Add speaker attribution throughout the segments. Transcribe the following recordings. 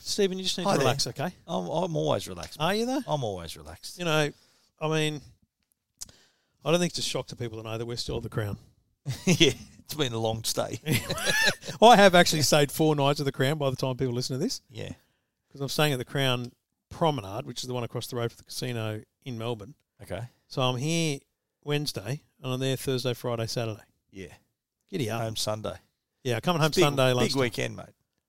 Speaker 1: Stephen, you just need
Speaker 2: Hi
Speaker 1: to
Speaker 2: there.
Speaker 1: relax, okay? I'm, I'm always relaxed.
Speaker 2: Are you though?
Speaker 1: I'm always relaxed.
Speaker 2: You know, I mean, I don't think it's a shock to people to know that we're still at the Crown.
Speaker 1: yeah, it's been a long stay.
Speaker 2: I have actually stayed four nights at the Crown by the time people listen to this
Speaker 1: Yeah.
Speaker 2: because I'm staying at the Crown Promenade, which is the one across the road from the casino in Melbourne.
Speaker 1: Okay.
Speaker 2: So I'm here Wednesday and I'm there Thursday, Friday, Saturday.
Speaker 1: Yeah. Um,
Speaker 2: Giddy up.
Speaker 1: Home Sunday.
Speaker 2: yeah, coming home
Speaker 1: It's big-
Speaker 2: Sunday lunch.
Speaker 1: Big weekend, mate.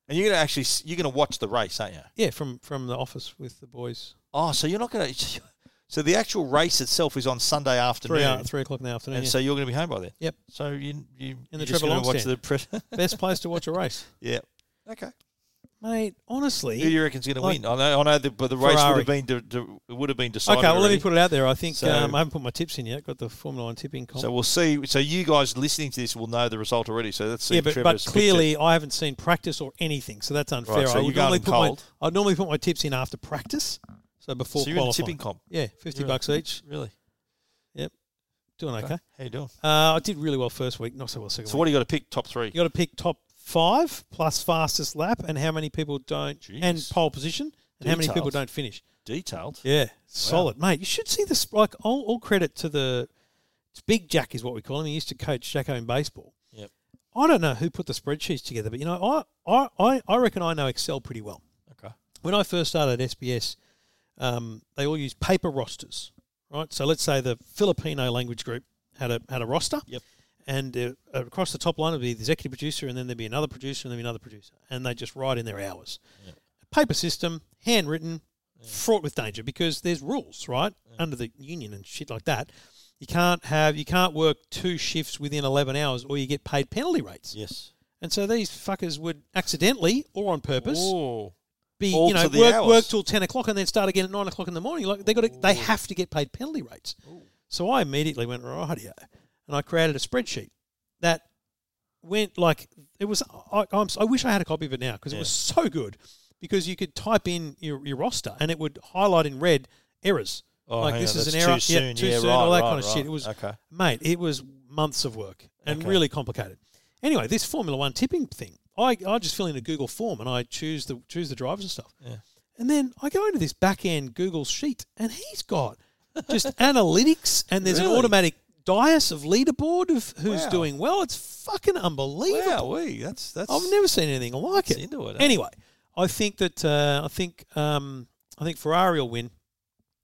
Speaker 1: And you're gonna actually s- you're gonna watch the race, aren't you?
Speaker 2: Yeah, from from the office with the boys.
Speaker 1: Oh, so you're not gonna. So the actual race itself is on Sunday afternoon,
Speaker 2: Three, hour, three o'clock in the afternoon.
Speaker 1: and
Speaker 2: yeah.
Speaker 1: so you're gonna be home by then.
Speaker 2: Yep.
Speaker 1: So you you
Speaker 2: In the
Speaker 1: you're just
Speaker 2: Trevor
Speaker 1: gonna
Speaker 2: Long
Speaker 1: watch
Speaker 2: stand.
Speaker 1: the press.
Speaker 2: Best place to watch a race.
Speaker 1: yeah. Okay.
Speaker 2: Mate, honestly.
Speaker 1: Who do you reckon's going to
Speaker 2: Like-
Speaker 1: win? I know, I know, the, but the race would
Speaker 2: Ferrari.
Speaker 1: have been de, de, it would have been decided.
Speaker 2: Okay, well, let me
Speaker 1: already.
Speaker 2: put it out there. I think
Speaker 1: So-
Speaker 2: um, I haven't put my tips in yet. Got the Formula One tipping comp.
Speaker 1: So we'll see. So you guys listening to this will know the result already. So let's see.
Speaker 2: yeah,
Speaker 1: if
Speaker 2: but, but
Speaker 1: Trevor's picked it.
Speaker 2: clearly I haven't seen practice or anything, so that's unfair.
Speaker 1: so
Speaker 2: I
Speaker 1: you're
Speaker 2: would
Speaker 1: going
Speaker 2: normally put my,
Speaker 1: cold.
Speaker 2: I'd normally put my tips in after practice, so before
Speaker 1: so you're in a
Speaker 2: qualifying.
Speaker 1: tipping comp.
Speaker 2: yeah, 50
Speaker 1: You're in-
Speaker 2: bucks each.
Speaker 1: Really?
Speaker 2: Doing okay.
Speaker 1: How you doing?
Speaker 2: Uh, I did really well first week, not so well second
Speaker 1: So
Speaker 2: week.
Speaker 1: what do you got to pick? Top three.
Speaker 2: You got to pick top five plus fastest lap and how many people don't, and
Speaker 1: Jeez.
Speaker 2: pole position, and how many people
Speaker 1: Detailed.
Speaker 2: don't finish.
Speaker 1: Detailed.
Speaker 2: Yeah, solid, mate. You should see this. Like all, all credit to the it's Big Jack is what we call him. He used to coach Jacko in baseball.
Speaker 1: Yep.
Speaker 2: I don't know who put the spreadsheets together, but you know, I I I, I reckon I know Excel pretty well.
Speaker 1: Okay.
Speaker 2: When I first started at SBS, um, they all used paper rosters, right? So let's say the Filipino language group had a had a roster.
Speaker 1: Yep.
Speaker 2: And uh, across the top line would be the executive producer, and then there'd be another producer, and there'd be another producer, and they just write in their hours.
Speaker 1: Yep.
Speaker 2: Paper system, handwritten, fraught with danger because there's rules, right, under the union and shit like that. You can't have you can't work two shifts within eleven hours, or you get paid penalty rates.
Speaker 1: Yes.
Speaker 2: And so these fuckers would accidentally or on purpose
Speaker 1: Oh.
Speaker 2: be
Speaker 1: All
Speaker 2: you know
Speaker 1: to the
Speaker 2: work,
Speaker 1: hours.
Speaker 2: work till ten o'clock and then start again at nine o'clock in the morning. Like they got to, they have to get paid penalty rates. So I immediately went rightio, and I created a spreadsheet that went like it was. I, I'm, si wish I had a copy of it now because it was so good because you could type in your, your roster and it would highlight in red errors.
Speaker 1: Oh,
Speaker 2: like
Speaker 1: hang
Speaker 2: this
Speaker 1: on,
Speaker 2: is an
Speaker 1: that's
Speaker 2: error,
Speaker 1: too
Speaker 2: yeah,
Speaker 1: soon.
Speaker 2: too
Speaker 1: Yeah,
Speaker 2: soon,
Speaker 1: right,
Speaker 2: all that
Speaker 1: right,
Speaker 2: kind of shit.
Speaker 1: right.
Speaker 2: It was
Speaker 1: Okay.
Speaker 2: mate, it was months of work and
Speaker 1: Okay.
Speaker 2: really complicated. Anyway, this Formula One tipping thing, I, I just fill in a Google form and I choose the choose the drivers and stuff.
Speaker 1: Yeah.
Speaker 2: And then I go into this back end Google sheet and he's got just analytics and there's an
Speaker 1: Really?
Speaker 2: automatic dias of leaderboard of who's
Speaker 1: Wow.
Speaker 2: doing well. It's fucking unbelievable.
Speaker 1: Wow, we that's that's.
Speaker 2: I've never seen anything like it.
Speaker 1: That's into it, eh?
Speaker 2: Anyway, I think that uh, I think um, I think Ferrari will win.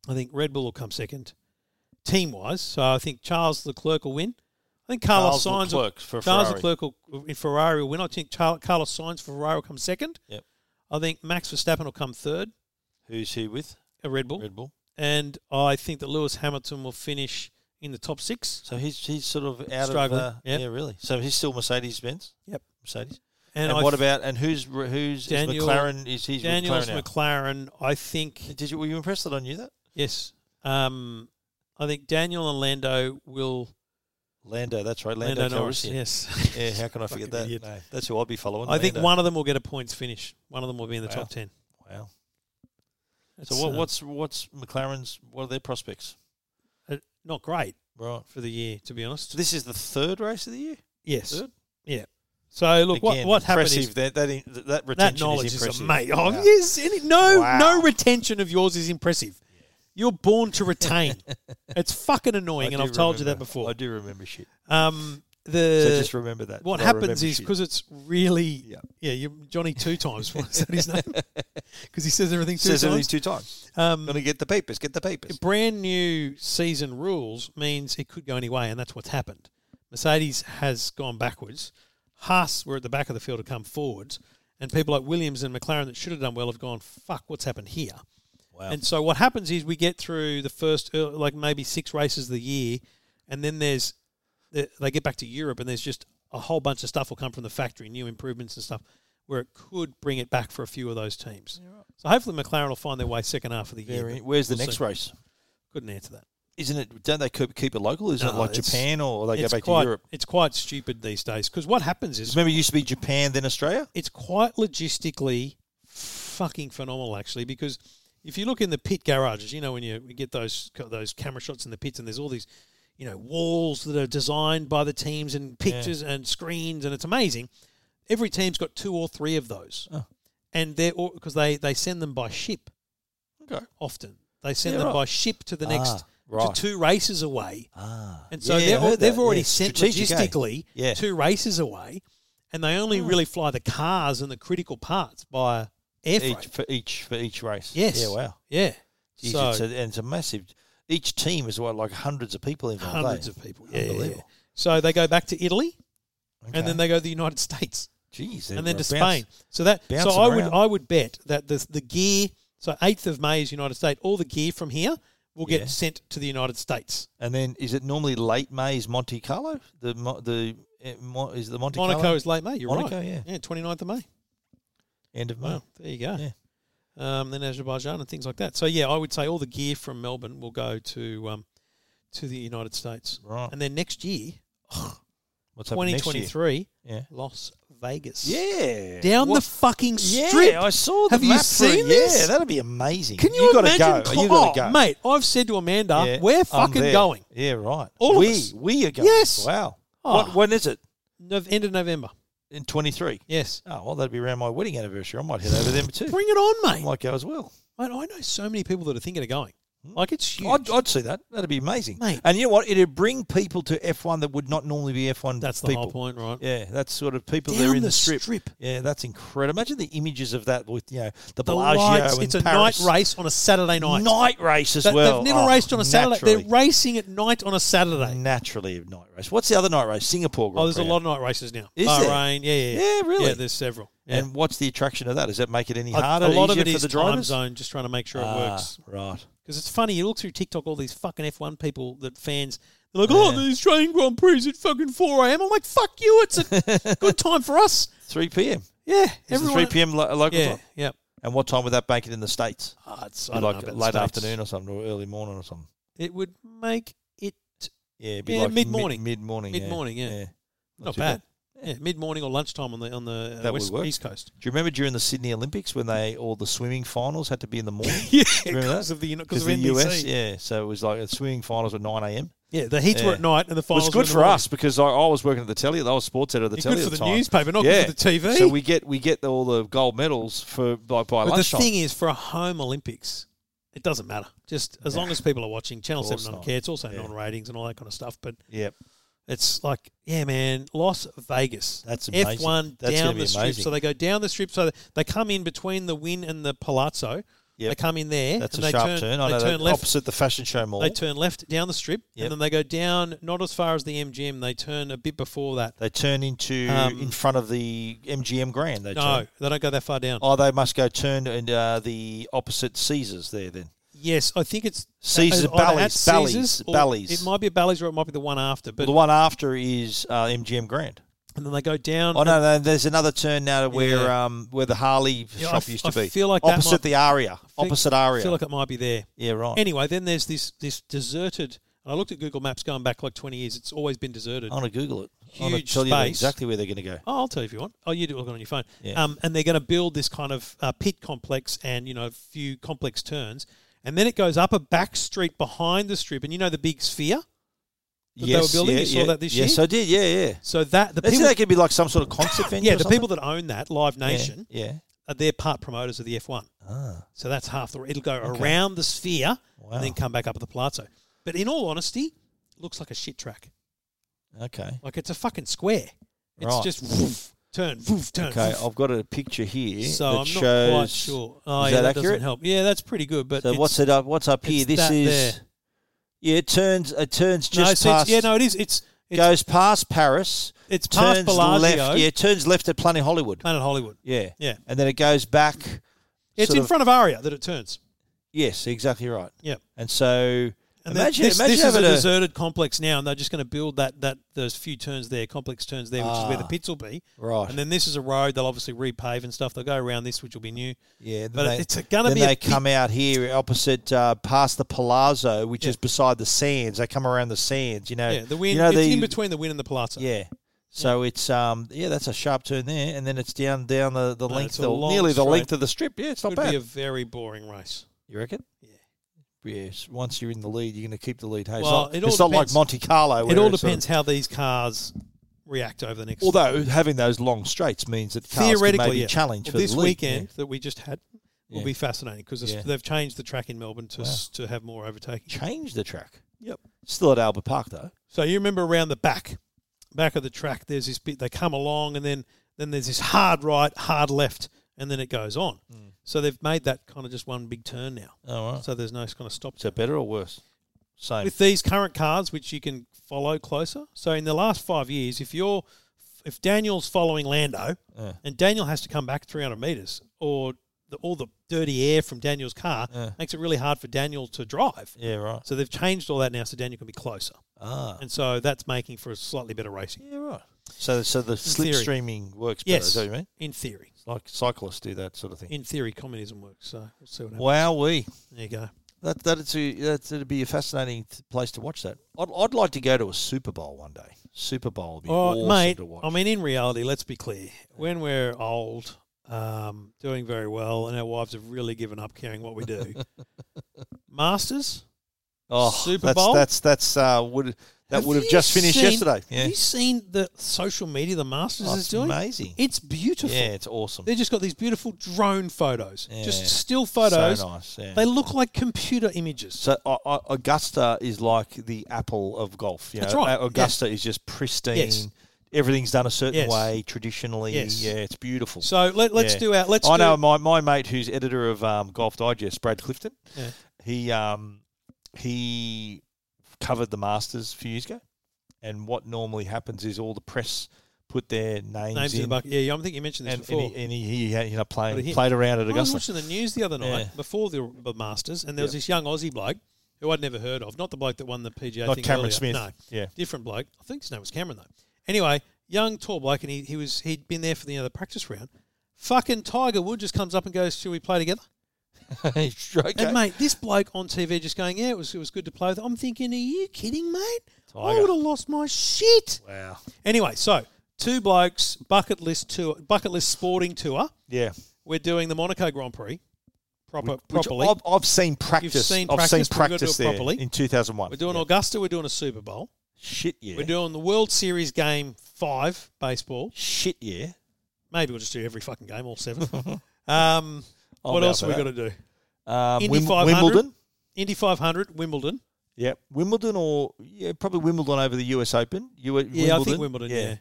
Speaker 2: I think Red Bull will come second, team wise. So I think Charles Leclerc will win. I think Carlos
Speaker 1: Charles
Speaker 2: Sainz will,
Speaker 1: Leclerc for
Speaker 2: Charles
Speaker 1: Ferrari.
Speaker 2: Leclerc will, in Ferrari will win. I think Char- Carlos Sainz for Ferrari will come second.
Speaker 1: Yep.
Speaker 2: I think Max Verstappen will come third,
Speaker 1: Who's he with?
Speaker 2: a Red Bull,
Speaker 1: Red Bull.
Speaker 2: and I think that Lewis Hamilton will finish in the top six.
Speaker 1: So he's he's sort of out
Speaker 2: Struggling,
Speaker 1: of. Uh,
Speaker 2: yep.
Speaker 1: Yeah, really. So he's still Mercedes Benz.
Speaker 2: Yep.
Speaker 1: Mercedes.
Speaker 2: And,
Speaker 1: And,
Speaker 2: I
Speaker 1: what
Speaker 2: th-
Speaker 1: about and who's who's is
Speaker 2: Daniel-
Speaker 1: McLaren? Is he's with
Speaker 2: Daniel's
Speaker 1: McLaren
Speaker 2: McLaren?
Speaker 1: now?
Speaker 2: I think
Speaker 1: Did you were you impressed that I knew that?
Speaker 2: Yes. Um, I think Daniel and Lando will.
Speaker 1: Lando, that's right. Lando,
Speaker 2: Norris.
Speaker 1: Calrissian.
Speaker 2: Yes.
Speaker 1: Yeah, how can I
Speaker 2: Fucking
Speaker 1: forget that?
Speaker 2: idiot.
Speaker 1: No, that's who I'd be following.
Speaker 2: I think
Speaker 1: Lando.
Speaker 2: one of them will get a points finish. One of them will be in the
Speaker 1: Wow.
Speaker 2: top ten.
Speaker 1: Wow. So
Speaker 2: It's,
Speaker 1: what,
Speaker 2: uh,
Speaker 1: what's what's McLaren's? What are their prospects?
Speaker 2: uh, not great
Speaker 1: Right.
Speaker 2: for the year, to be honest.
Speaker 1: So this is the third race of the year.
Speaker 2: yes.
Speaker 1: Good.
Speaker 2: Yeah. So look, what
Speaker 1: Again,
Speaker 2: what happened
Speaker 1: impressive.
Speaker 2: is
Speaker 1: that that, in- that, that retention
Speaker 2: that knowledge
Speaker 1: is
Speaker 2: is,
Speaker 1: impressive.
Speaker 2: amazing. Oh,
Speaker 1: Yeah.
Speaker 2: yes, any- no
Speaker 1: Wow.
Speaker 2: no retention of yours is impressive. You're born to retain. it's fucking annoying,
Speaker 1: I
Speaker 2: and
Speaker 1: do
Speaker 2: I've told you that
Speaker 1: remember.
Speaker 2: before.
Speaker 1: I do remember shit.
Speaker 2: Um, the
Speaker 1: so just remember that.
Speaker 2: What
Speaker 1: I
Speaker 2: happens
Speaker 1: remember
Speaker 2: is
Speaker 1: shit.
Speaker 2: because it's really yeah,
Speaker 1: Yeah.
Speaker 2: you Johnny two times. What is that his name? Because he says everything two
Speaker 1: says it
Speaker 2: times.
Speaker 1: these two times.
Speaker 2: Um,
Speaker 1: Gonna get the papers. Get the papers.
Speaker 2: brand new season rules means it could go any way, and that's what's happened. Mercedes has gone backwards. Haas were at the back of the field to come forwards, and people like Williams and McLaren that should have done well have gone. Fuck, what's happened here?
Speaker 1: Wow.
Speaker 2: And so what happens is we get through the first uh, like maybe six races of the year, and then there's the- they get back to Europe, and there's just a whole bunch of stuff will come from the factory, new improvements and stuff, where it could bring it back for a few of those teams. So hopefully McLaren will find their way second half of the year.
Speaker 1: Very-
Speaker 2: but
Speaker 1: Where's the
Speaker 2: we'll
Speaker 1: next
Speaker 2: see.
Speaker 1: race?
Speaker 2: Couldn't answer that.
Speaker 1: Isn't it? Don't they keep keep it local? Isn't it
Speaker 2: No,
Speaker 1: like
Speaker 2: it's-
Speaker 1: Japan or they go
Speaker 2: it's
Speaker 1: back
Speaker 2: quite
Speaker 1: to Europe?
Speaker 2: it's quite stupid these days because what happens is
Speaker 1: 'Cause Remember, it used to be Japan then Australia.
Speaker 2: it's quite logistically fucking phenomenal actually because if you look in the pit garages, you know when you we get those those camera shots in the pits and there's all these you know walls that are designed by the teams
Speaker 1: Oh.
Speaker 2: and pictures and screens and it's amazing. Every team's got two or three of those. and they're because they they send them by ship
Speaker 1: Okay.
Speaker 2: often. They send
Speaker 1: Yeah,
Speaker 2: them
Speaker 1: right.
Speaker 2: by ship to the next
Speaker 1: Ah, right.
Speaker 2: to two races away,
Speaker 1: Ah.
Speaker 2: and so
Speaker 1: Yeah, I
Speaker 2: they're,
Speaker 1: heard
Speaker 2: they've
Speaker 1: that.
Speaker 2: already
Speaker 1: Yeah,
Speaker 2: sent
Speaker 1: strategic, eh?
Speaker 2: logistically
Speaker 1: Yeah.
Speaker 2: two races away, and they only really fly the cars and the critical parts by air freight.
Speaker 1: each for each for each race.
Speaker 2: Yes.
Speaker 1: Yeah. Wow.
Speaker 2: Yeah.
Speaker 1: Jeez,
Speaker 2: so
Speaker 1: it's a, and it's a massive. Each team is what like hundreds of people involved. eh?
Speaker 2: hundreds of people. Yeah, yeah, yeah.
Speaker 1: Unbelievable.
Speaker 2: So they go back to Italy,
Speaker 1: Okay.
Speaker 2: and then they go to the United States.
Speaker 1: Jeez,
Speaker 2: and then to
Speaker 1: they're
Speaker 2: Spain.
Speaker 1: bounced-
Speaker 2: So that so
Speaker 1: bouncing
Speaker 2: I would
Speaker 1: around.
Speaker 2: I would bet that the the gear so eighth of May is United States. All the gear from here will get
Speaker 1: Yeah.
Speaker 2: sent to the United States.
Speaker 1: And then is it normally late May's Monte Carlo? The Mo- the eh, Mo- is it the Monte
Speaker 2: Monaco
Speaker 1: Carlo
Speaker 2: is late May. You're
Speaker 1: Monaco,
Speaker 2: right.
Speaker 1: yeah.
Speaker 2: yeah, 29th of May.
Speaker 1: end of May.
Speaker 2: Wow, there you go.
Speaker 1: Yeah.
Speaker 2: Um, then Azerbaijan and things like that. So yeah, I would say all the gear from Melbourne will go to um, to the United States.
Speaker 1: Right.
Speaker 2: And then next year,
Speaker 1: What's happening next year?
Speaker 2: 2023,
Speaker 1: Yeah.
Speaker 2: Las Vegas.
Speaker 1: Yeah.
Speaker 2: Down
Speaker 1: What-
Speaker 2: the fucking
Speaker 1: yeah,
Speaker 2: strip.
Speaker 1: I saw the
Speaker 2: Have you
Speaker 1: map for it.
Speaker 2: seen this?
Speaker 1: Yeah, that'd be amazing.
Speaker 2: Can you,
Speaker 1: gotta
Speaker 2: imagine?
Speaker 1: Go.
Speaker 2: Cl-
Speaker 1: you got to
Speaker 2: oh,
Speaker 1: go.
Speaker 2: mate, I've said to Amanda,
Speaker 1: Yeah,
Speaker 2: we're
Speaker 1: I'm
Speaker 2: fucking
Speaker 1: there.
Speaker 2: going.
Speaker 1: Yeah, right.
Speaker 2: All of
Speaker 1: we
Speaker 2: us.
Speaker 1: we are going.
Speaker 2: Yes.
Speaker 1: Wow.
Speaker 2: Oh.
Speaker 1: What, when is it?
Speaker 2: Nov end of November.
Speaker 1: In 23.
Speaker 2: Yes.
Speaker 1: Oh, well, that'd be around my wedding anniversary. I might head over there too.
Speaker 2: Bring it on,
Speaker 1: I
Speaker 2: mate.
Speaker 1: might go as well.
Speaker 2: Mate, I know so many people that are thinking of going. Like it's huge.
Speaker 1: Hmm? I'd, I'd see that. That'd be amazing.
Speaker 2: Mate.
Speaker 1: And you know what? It'd bring people to F1 that would not normally be F1
Speaker 2: That's the
Speaker 1: people.
Speaker 2: whole point, right?
Speaker 1: Yeah, that's sort of people
Speaker 2: Down
Speaker 1: that are in
Speaker 2: the
Speaker 1: the, strip.
Speaker 2: strip.
Speaker 1: Yeah, that's incredible. Imagine the images of that with, you know,
Speaker 2: The
Speaker 1: the, Bellagio
Speaker 2: lights.
Speaker 1: in
Speaker 2: It's a
Speaker 1: Paris.
Speaker 2: night race on a Saturday night.
Speaker 1: Night race as
Speaker 2: They-
Speaker 1: well.
Speaker 2: They've never
Speaker 1: Oh,
Speaker 2: raced on a Saturday.
Speaker 1: naturally. Mm,
Speaker 2: They're racing at night on a Saturday.
Speaker 1: Naturally a night race. What's the other night race? Singapore Grand
Speaker 2: Oh, there's a
Speaker 1: Prix.
Speaker 2: lot of night races now.
Speaker 1: Is there?
Speaker 2: Bahrain, yeah, yeah,
Speaker 1: Yeah, really?
Speaker 2: Yeah, there's several. Yeah.
Speaker 1: And what's the attraction of that? Does that make it any
Speaker 2: A-
Speaker 1: harder?
Speaker 2: a lot of
Speaker 1: easier
Speaker 2: it is
Speaker 1: for the
Speaker 2: time
Speaker 1: drivers?
Speaker 2: zone, just trying to make sure it
Speaker 1: Ah,
Speaker 2: works.
Speaker 1: Right.
Speaker 2: Because it's funny, you look through TikTok, all these fucking F1 people that fans, they're like, oh, the Australian Grand Prix is at fucking 4 a.m. I'm like, fuck you, it's a good time for us.
Speaker 1: 3 p.m.
Speaker 2: Yeah,
Speaker 1: Is it 3 p.m. Lo- local
Speaker 2: Yeah,
Speaker 1: time?
Speaker 2: yeah.
Speaker 1: And what time would that make it in the States?
Speaker 2: Ah, it's, I
Speaker 1: Be
Speaker 2: don't
Speaker 1: like
Speaker 2: know about the
Speaker 1: late
Speaker 2: States.
Speaker 1: afternoon or something, or early morning or something.
Speaker 2: It would make it
Speaker 1: Yeah, it'd be
Speaker 2: Yeah,
Speaker 1: like
Speaker 2: mid-morning.
Speaker 1: Mid morning.
Speaker 2: Mid-morning, yeah. not,
Speaker 1: too
Speaker 2: bad. Yeah, mid morning or lunchtime on the on the uh,
Speaker 1: That would
Speaker 2: west,
Speaker 1: work.
Speaker 2: East Coast.
Speaker 1: Do you remember during the Sydney Olympics when they all the swimming finals had to be in the morning?
Speaker 2: yeah,
Speaker 1: Remember that?
Speaker 2: because of the because of
Speaker 1: the
Speaker 2: NBC.
Speaker 1: US, yeah. So it was like the swimming finals at nine a.m.
Speaker 2: Yeah, the heats were
Speaker 1: Yeah.
Speaker 2: at night and the
Speaker 1: It
Speaker 2: finals.
Speaker 1: was
Speaker 2: were in
Speaker 1: good
Speaker 2: the
Speaker 1: for
Speaker 2: morning.
Speaker 1: us because I, I was working at the telly. I was sports editor of the
Speaker 2: You're
Speaker 1: telly
Speaker 2: good
Speaker 1: at
Speaker 2: for
Speaker 1: the
Speaker 2: the
Speaker 1: time.
Speaker 2: newspaper, not
Speaker 1: yeah.
Speaker 2: good for the TV.
Speaker 1: So we get we get all the gold medals for by, by
Speaker 2: But
Speaker 1: lunchtime.
Speaker 2: the thing is, for a home Olympics, it doesn't matter. Just as long as people are watching, Channel
Speaker 1: course
Speaker 2: Seven don't
Speaker 1: not.
Speaker 2: care. It's also
Speaker 1: Yeah.
Speaker 2: non-ratings and all that kind of stuff. But
Speaker 1: yeah,
Speaker 2: it's like, yeah, man, Las Vegas.
Speaker 1: That's
Speaker 2: F
Speaker 1: amazing.
Speaker 2: one
Speaker 1: That's
Speaker 2: down
Speaker 1: gonna be
Speaker 2: the strip.
Speaker 1: amazing.
Speaker 2: So they go down the strip. So they, they come in between the Win and the Palazzo.
Speaker 1: Yep.
Speaker 2: They come in there.
Speaker 1: that's
Speaker 2: and
Speaker 1: a
Speaker 2: they
Speaker 1: sharp
Speaker 2: turn,
Speaker 1: turn. I
Speaker 2: they
Speaker 1: know
Speaker 2: turn
Speaker 1: that
Speaker 2: left.
Speaker 1: opposite the fashion show mall.
Speaker 2: They
Speaker 1: They,
Speaker 2: turn left down the strip,
Speaker 1: Yep.
Speaker 2: and then they go down not as far as the MGM. They turn a bit before that.
Speaker 1: turn into
Speaker 2: Um,
Speaker 1: in front of the MGM Grand. They
Speaker 2: No,
Speaker 1: turn.
Speaker 2: they don't go that far down.
Speaker 1: Oh, they must go turn and uh, the opposite Caesars there then.
Speaker 2: Yes, I think it's
Speaker 1: Caesar's,
Speaker 2: it's either at
Speaker 1: Bally's, Bally's,
Speaker 2: Caesar's or-
Speaker 1: Bally's.
Speaker 2: It might be a Bally's or it might be the one after. But
Speaker 1: the one after is uh, MGM Grand.
Speaker 2: and then they go down.
Speaker 1: Oh no, no, there's another turn now to where
Speaker 2: Yeah.
Speaker 1: um where the Harley
Speaker 2: Yeah, I
Speaker 1: shop
Speaker 2: f-
Speaker 1: used to
Speaker 2: I
Speaker 1: be.
Speaker 2: feel like that
Speaker 1: opposite
Speaker 2: might-
Speaker 1: the Aria,
Speaker 2: I think-
Speaker 1: opposite
Speaker 2: I
Speaker 1: Aria.
Speaker 2: feel like it might be there.
Speaker 1: yeah, right.
Speaker 2: Anyway, then there's this this deserted. And I looked at Google Maps going back like 20 years. It's always been deserted.
Speaker 1: I'm gonna Google it. I'm gonna
Speaker 2: Huge
Speaker 1: tell you
Speaker 2: space.
Speaker 1: exactly where they're gonna go.
Speaker 2: Oh, I'll tell you if you want. Oh, you do look on your phone.
Speaker 1: Yeah.
Speaker 2: Um, and they're going to build this kind of uh, pit complex and you know a few complex turns, and then it goes up a back street behind the strip, and you know the big sphere. That they were building?
Speaker 1: yeah,
Speaker 2: You saw
Speaker 1: yeah,
Speaker 2: that this
Speaker 1: yes,
Speaker 2: year?
Speaker 1: I did. Yeah, yeah.
Speaker 2: So that the
Speaker 1: They said
Speaker 2: people,
Speaker 1: that could be like some sort of concept venue.
Speaker 2: yeah,
Speaker 1: or
Speaker 2: the
Speaker 1: something.
Speaker 2: people that own that Live Nation
Speaker 1: Yeah. yeah.
Speaker 2: are their part promoters of the F1.
Speaker 1: Ah,
Speaker 2: So that's half the. It'll go around the sphere
Speaker 1: Wow.
Speaker 2: and then come back up at the Palazzo. But in all honesty, it looks like a shit track.
Speaker 1: okay.
Speaker 2: Like it's a fucking square. It's
Speaker 1: Right.
Speaker 2: just woof, turn, woof, turn.
Speaker 1: Okay,
Speaker 2: woof.
Speaker 1: I've got a picture here
Speaker 2: so
Speaker 1: that
Speaker 2: I'm not
Speaker 1: shows.
Speaker 2: quite sure. Oh,
Speaker 1: is
Speaker 2: yeah,
Speaker 1: that
Speaker 2: doesn't
Speaker 1: accurate?
Speaker 2: help. Yeah, that's pretty good. But
Speaker 1: So
Speaker 2: it's-
Speaker 1: what's it up? What's up here?
Speaker 2: it's
Speaker 1: This
Speaker 2: that
Speaker 1: is.
Speaker 2: there.
Speaker 1: Yeah, it turns. It turns
Speaker 2: no,
Speaker 1: just
Speaker 2: so it's-
Speaker 1: past.
Speaker 2: yeah, no, it is. It's it's,
Speaker 1: goes past Paris.
Speaker 2: it's past
Speaker 1: turns
Speaker 2: Bellagio,
Speaker 1: left. Yeah, turns left at Planet Hollywood.
Speaker 2: Planet Hollywood.
Speaker 1: Yeah.
Speaker 2: Yeah,
Speaker 1: And then it goes back.
Speaker 2: it's
Speaker 1: sort
Speaker 2: in
Speaker 1: of-
Speaker 2: front of Aria that it turns.
Speaker 1: Yes, exactly right.
Speaker 2: Yeah.
Speaker 1: And so
Speaker 2: And then
Speaker 1: imagine,
Speaker 2: this,
Speaker 1: imagine
Speaker 2: this is a
Speaker 1: having a,
Speaker 2: deserted complex now, and they're just going to build that that those few turns there, complex turns there, which is where the
Speaker 1: Ah.
Speaker 2: pits will be.
Speaker 1: right.
Speaker 2: And then this is a road they'll obviously repave and stuff. They'll go around this, which will be new.
Speaker 1: yeah. Then
Speaker 2: But
Speaker 1: they,
Speaker 2: it's going to
Speaker 1: then
Speaker 2: be
Speaker 1: they
Speaker 2: a big-
Speaker 1: come out here opposite, uh, past the Palazzo, which
Speaker 2: Yeah.
Speaker 1: is beside the sands. They come around the sands. You know.
Speaker 2: yeah, the win.
Speaker 1: You know,
Speaker 2: it's
Speaker 1: the-
Speaker 2: in between the win and the Palazzo.
Speaker 1: Yeah. So it's um yeah that's a sharp turn there and then it's down down the, the
Speaker 2: No,
Speaker 1: length
Speaker 2: it's a
Speaker 1: the,
Speaker 2: long
Speaker 1: nearly the
Speaker 2: straight.
Speaker 1: length of the strip yeah it's not
Speaker 2: Could
Speaker 1: bad
Speaker 2: be a very boring race.
Speaker 1: You reckon? Yeah. Yes. Once you're in the lead, you're going to keep the lead. Hey,
Speaker 2: Well,
Speaker 1: it's
Speaker 2: it
Speaker 1: not,
Speaker 2: all
Speaker 1: it's not like
Speaker 2: depends.
Speaker 1: Monte Carlo. Where
Speaker 2: It all
Speaker 1: it's sort of-
Speaker 2: depends how these cars react over the next.
Speaker 1: Although having those long straights means that cars
Speaker 2: theoretically,
Speaker 1: can maybe
Speaker 2: yeah.
Speaker 1: challenge
Speaker 2: Well,
Speaker 1: for
Speaker 2: this
Speaker 1: the lead.
Speaker 2: weekend that we just had will
Speaker 1: Yeah.
Speaker 2: be fascinating because
Speaker 1: Yeah.
Speaker 2: they've changed the track in Melbourne to s to have more overtaking.
Speaker 1: Yeah. Change the track.
Speaker 2: Yep.
Speaker 1: Still at Albert Park though.
Speaker 2: So you remember around the back, back of the track, there's this bit they come along, and then then there's this hard right, hard left, and then it goes on.
Speaker 1: Mm.
Speaker 2: So they've made that kind of just one big turn now.
Speaker 1: Oh, right.
Speaker 2: So there's no kind of stop.
Speaker 1: Is that better or worse? Same.
Speaker 2: with these current cars, which you can follow closer. So in the last five years, if you're if Daniel's following Lando,
Speaker 1: Yeah.
Speaker 2: and Daniel has to come back 300 meters, or the, all the dirty air from Daniel's car
Speaker 1: Yeah.
Speaker 2: makes it really hard for Daniel to drive.
Speaker 1: yeah, right.
Speaker 2: So they've changed all that now, so Daniel can be closer,
Speaker 1: Ah.
Speaker 2: and so that's making for a slightly better racing
Speaker 1: Yeah, right. So so the
Speaker 2: theory.
Speaker 1: slipstreaming works better,
Speaker 2: Yes.
Speaker 1: is that what you mean?
Speaker 2: in theory.
Speaker 1: Like cyclists do that sort of thing.
Speaker 2: In theory, communism works. So we'll see what happens.
Speaker 1: Wowee.
Speaker 2: There you go.
Speaker 1: That that'd a, that's it'd be a fascinating th- place to watch that. I'd, I'd like to go to a Super Bowl one day. Super Bowl would be
Speaker 2: Oh,
Speaker 1: awesome
Speaker 2: mate.
Speaker 1: to watch.
Speaker 2: I mean, in reality, let's be clear. When we're old, um, doing very well, and our wives have really given up caring what we do, Masters.
Speaker 1: oh,
Speaker 2: Super
Speaker 1: that's,
Speaker 2: Bowl?
Speaker 1: That's that's uh, would that would have
Speaker 2: you
Speaker 1: just finished
Speaker 2: seen-
Speaker 1: yesterday. Yeah,
Speaker 2: Have you seen the social media the Masters
Speaker 1: Oh,
Speaker 2: is
Speaker 1: it's
Speaker 2: doing?
Speaker 1: amazing.
Speaker 2: It's beautiful.
Speaker 1: Yeah, it's awesome.
Speaker 2: They've just got these beautiful drone photos,
Speaker 1: Yeah.
Speaker 2: just still photos.
Speaker 1: So nice. Yeah.
Speaker 2: They look like computer images.
Speaker 1: so uh, uh, Augusta is like the apple of golf. You
Speaker 2: That's
Speaker 1: know?
Speaker 2: right.
Speaker 1: Uh, Augusta is just pristine.
Speaker 2: Yes.
Speaker 1: Everything's done a certain
Speaker 2: Yes.
Speaker 1: way traditionally.
Speaker 2: Yes.
Speaker 1: Yeah, it's beautiful.
Speaker 2: So let, let's
Speaker 1: Yeah.
Speaker 2: do our let's.
Speaker 1: I
Speaker 2: do,
Speaker 1: know my, my mate who's editor of um, Golf Digest, Brad Clifton.
Speaker 2: Yeah.
Speaker 1: He um, he covered the Masters a few years ago, and what normally happens is all the press put their names,
Speaker 2: names
Speaker 1: in,
Speaker 2: in the bucket. Yeah, I think you mentioned this
Speaker 1: and, and
Speaker 2: before.
Speaker 1: he, and he, he had, you know
Speaker 2: But
Speaker 1: playing
Speaker 2: he-
Speaker 1: played around at
Speaker 2: I was
Speaker 1: Augusta.
Speaker 2: watching the news the other night
Speaker 1: Yeah.
Speaker 2: before the, the Masters, and there was
Speaker 1: Yeah.
Speaker 2: this young Aussie bloke who I'd never heard of. Not the bloke that won the PGA.
Speaker 1: Not
Speaker 2: thing
Speaker 1: Cameron
Speaker 2: earlier.
Speaker 1: Smith.
Speaker 2: No,
Speaker 1: Yeah.
Speaker 2: different bloke. I think his name was Cameron though. Anyway, young tall bloke, and he, he was he'd been there for the other practice round. Fucking Tiger Wood just comes up and goes, "Should we play together?"
Speaker 1: okay.
Speaker 2: And mate, this bloke on TV just going, "Yeah, it was it was good to play with." I'm thinking, "Are you kidding, mate? I
Speaker 1: Tiger.
Speaker 2: would have lost my shit."
Speaker 1: Wow.
Speaker 2: Anyway, so two blokes bucket list tour, bucket list sporting tour.
Speaker 1: Yeah.
Speaker 2: We're doing the Monaco Grand Prix proper
Speaker 1: Which
Speaker 2: properly.
Speaker 1: I've, I've seen practice.
Speaker 2: seen
Speaker 1: I've
Speaker 2: practice,
Speaker 1: seen
Speaker 2: but we've got to do
Speaker 1: practice
Speaker 2: it
Speaker 1: there
Speaker 2: properly.
Speaker 1: in 2001.
Speaker 2: We're doing
Speaker 1: yeah.
Speaker 2: Augusta. We're doing a Super Bowl.
Speaker 1: shit yeah.
Speaker 2: We're doing the World Series game five baseball.
Speaker 1: shit yeah.
Speaker 2: Maybe we'll just do every fucking game, all seven. um,
Speaker 1: I'm
Speaker 2: what
Speaker 1: down
Speaker 2: else
Speaker 1: for
Speaker 2: have we
Speaker 1: that.
Speaker 2: got to do?
Speaker 1: Um,
Speaker 2: Indy
Speaker 1: Wim-
Speaker 2: 500.
Speaker 1: Wimbledon.
Speaker 2: Indy 500, Wimbledon.
Speaker 1: Yeah, Wimbledon or yeah, probably Wimbledon over the U.S. Open. U-
Speaker 2: Yeah, I think Wimbledon. Yeah,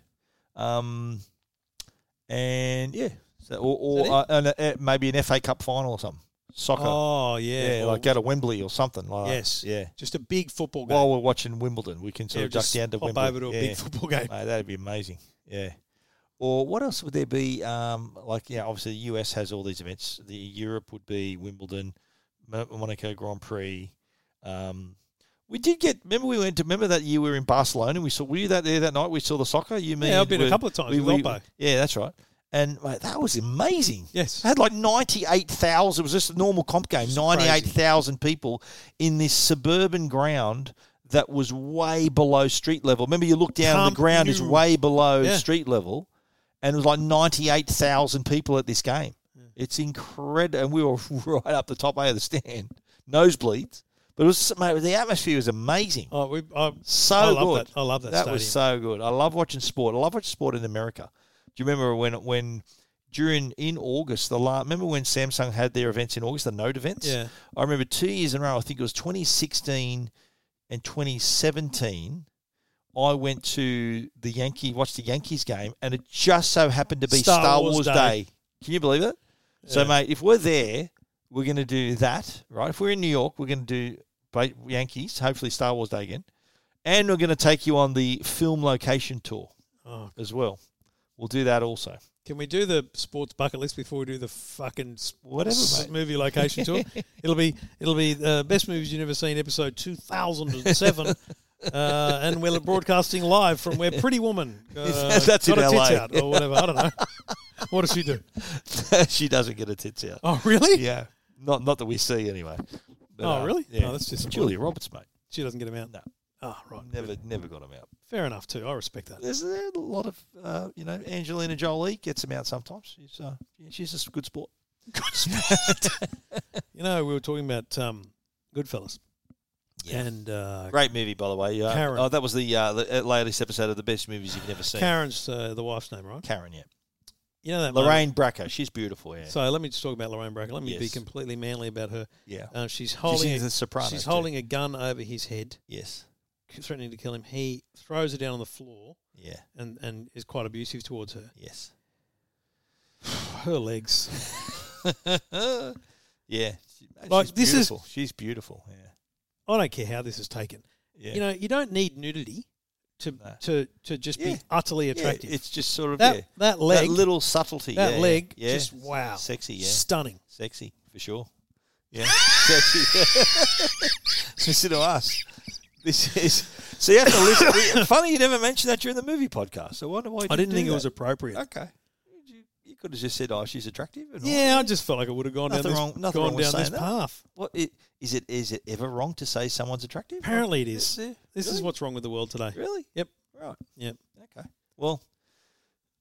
Speaker 1: Um, and yeah, so, or,
Speaker 2: Is
Speaker 1: or uh, an, uh, maybe an FA Cup final or something. Soccer.
Speaker 2: Oh yeah,
Speaker 1: yeah,
Speaker 2: or
Speaker 1: like go to Wembley or something like. that.
Speaker 2: Yes.
Speaker 1: Yeah.
Speaker 2: just a big football game.
Speaker 1: While we're watching Wimbledon, we can sort
Speaker 2: Yeah,
Speaker 1: of duck
Speaker 2: just
Speaker 1: down to
Speaker 2: pop
Speaker 1: Wimbledon.
Speaker 2: over to a
Speaker 1: yeah.
Speaker 2: big football game.
Speaker 1: Mate, that'd be amazing. Yeah. Or what else would there be? Um, like yeah, obviously the US has all these events. The Europe would be Wimbledon, Mo- Monaco Grand Prix. Um, we did get. Remember we went to. Remember that year we were in Barcelona. and We saw. Were you that there that night? We saw the soccer. You mean?
Speaker 2: I've been a couple of times with Oppo.
Speaker 1: Yeah, that's right. And mate, that was amazing.
Speaker 2: Yes.
Speaker 1: It had like ninety eight thousand. It was just a normal comp game.
Speaker 2: Just
Speaker 1: Ninety eight thousand people in this suburban ground that was way below street level. Remember, you look down,
Speaker 2: Camp
Speaker 1: the ground is
Speaker 2: Nou.
Speaker 1: way below
Speaker 2: Yeah.
Speaker 1: street level, and it was like ninety eight thousand people at this game. It's incredible, and we were right up the top A of the stand, nosebleeds. But it was mate, the atmosphere was amazing.
Speaker 2: Oh, we, I,
Speaker 1: So
Speaker 2: I love
Speaker 1: good.
Speaker 2: that. I love that.
Speaker 1: That
Speaker 2: stadium.
Speaker 1: was so good. I love watching sport. I love watching sport in America. Do you remember when when during in August the last, remember when Samsung had their events in August, the Note events?
Speaker 2: Yeah.
Speaker 1: I remember two years in a row. I think it was 2016 and 2017. I went to the Yankee, watched the Yankees game, and it just so happened to be Star, Wars, Day. Can you believe it? So,
Speaker 2: Yeah.
Speaker 1: mate, if we're there, we're going to do that, right? If we're in New York, we're going to do ba- Yankees, hopefully Star Wars Day again, and we're going to take you on the film location tour
Speaker 2: Oh,
Speaker 1: as well. We'll do that also.
Speaker 2: can we do the sports bucket list before we do the fucking s-
Speaker 1: Whatever,
Speaker 2: s-
Speaker 1: mate.
Speaker 2: movie location tour? It'll be it'll be the best movies you've never seen, episode two thousand and seven. Uh, and we're broadcasting live from where Pretty Woman uh,
Speaker 1: That's
Speaker 2: got
Speaker 1: in
Speaker 2: her tits
Speaker 1: LA.
Speaker 2: out or whatever. I don't know. What does she do?
Speaker 1: she doesn't get her tits out.
Speaker 2: Oh, really?
Speaker 1: Yeah, not not that we see anyway. But,
Speaker 2: Oh,
Speaker 1: uh,
Speaker 2: really?
Speaker 1: Yeah,
Speaker 2: No, that's just
Speaker 1: Julia Roberts, mate.
Speaker 2: She doesn't get them out.
Speaker 1: No.
Speaker 2: Oh, right.
Speaker 1: Never never got him out.
Speaker 2: Fair enough too. I respect that.
Speaker 1: There's a lot of uh, you know Angelina Jolie gets him out sometimes. She's uh, yeah, she's a good sport. Good sport.
Speaker 2: You know, we were talking about um, Goodfellas.
Speaker 1: Yeah.
Speaker 2: And uh,
Speaker 1: Great movie, by the way. Yeah.
Speaker 2: Karen.
Speaker 1: Oh, that was the, uh, the uh, latest episode of the best movies you've never seen.
Speaker 2: Karen's uh, the wife's name, right?
Speaker 1: Karen, yeah.
Speaker 2: You know that moment-
Speaker 1: Lorraine Bracco. She's beautiful, yeah.
Speaker 2: So let me just talk about Lorraine Bracken. Let me be
Speaker 1: Yes.
Speaker 2: completely manly about her.
Speaker 1: yeah.
Speaker 2: Uh, she's
Speaker 1: She
Speaker 2: holding
Speaker 1: sings the soprano.
Speaker 2: she's holding a gun over his head,
Speaker 1: Yes.
Speaker 2: threatening to kill him. He throws her down on the floor
Speaker 1: Yeah.
Speaker 2: and, and is quite abusive towards her.
Speaker 1: Yes.
Speaker 2: Her legs.
Speaker 1: yeah. She- mate,
Speaker 2: Like,
Speaker 1: she's
Speaker 2: this is-
Speaker 1: beautiful. she's beautiful. Yeah.
Speaker 2: I don't care how this is taken.
Speaker 1: Yeah.
Speaker 2: You know, you don't need nudity to
Speaker 1: No.
Speaker 2: to, to just be
Speaker 1: Yeah.
Speaker 2: utterly
Speaker 1: Yeah,
Speaker 2: attractive.
Speaker 1: it's just sort of
Speaker 2: that
Speaker 1: yeah.
Speaker 2: that leg
Speaker 1: that little subtlety.
Speaker 2: that
Speaker 1: yeah, yeah,
Speaker 2: leg,
Speaker 1: yeah.
Speaker 2: just wow.
Speaker 1: Sexy, yeah.
Speaker 2: stunning.
Speaker 1: Sexy for sure. Yeah. Sexy. Listen to us. This is so you have to listen. we- Funny you never mentioned that during the movie podcast. So I wonder why you
Speaker 2: I didn't
Speaker 1: do
Speaker 2: think
Speaker 1: that.
Speaker 2: it was appropriate.
Speaker 1: okay. You, you could have just said, "Oh, she's attractive." And all.
Speaker 2: Yeah, I just felt like I would have gone
Speaker 1: Nothing
Speaker 2: down this,
Speaker 1: wrong- nothing
Speaker 2: gone
Speaker 1: wrong with
Speaker 2: down this
Speaker 1: saying that.
Speaker 2: path.
Speaker 1: What i- is it? Is it ever wrong to say someone's attractive?
Speaker 2: Apparently it
Speaker 1: Is
Speaker 2: is.
Speaker 1: there-
Speaker 2: This
Speaker 1: really?
Speaker 2: is what's wrong with the world today.
Speaker 1: Really?
Speaker 2: Yep.
Speaker 1: Right.
Speaker 2: Yep.
Speaker 1: Okay. Well,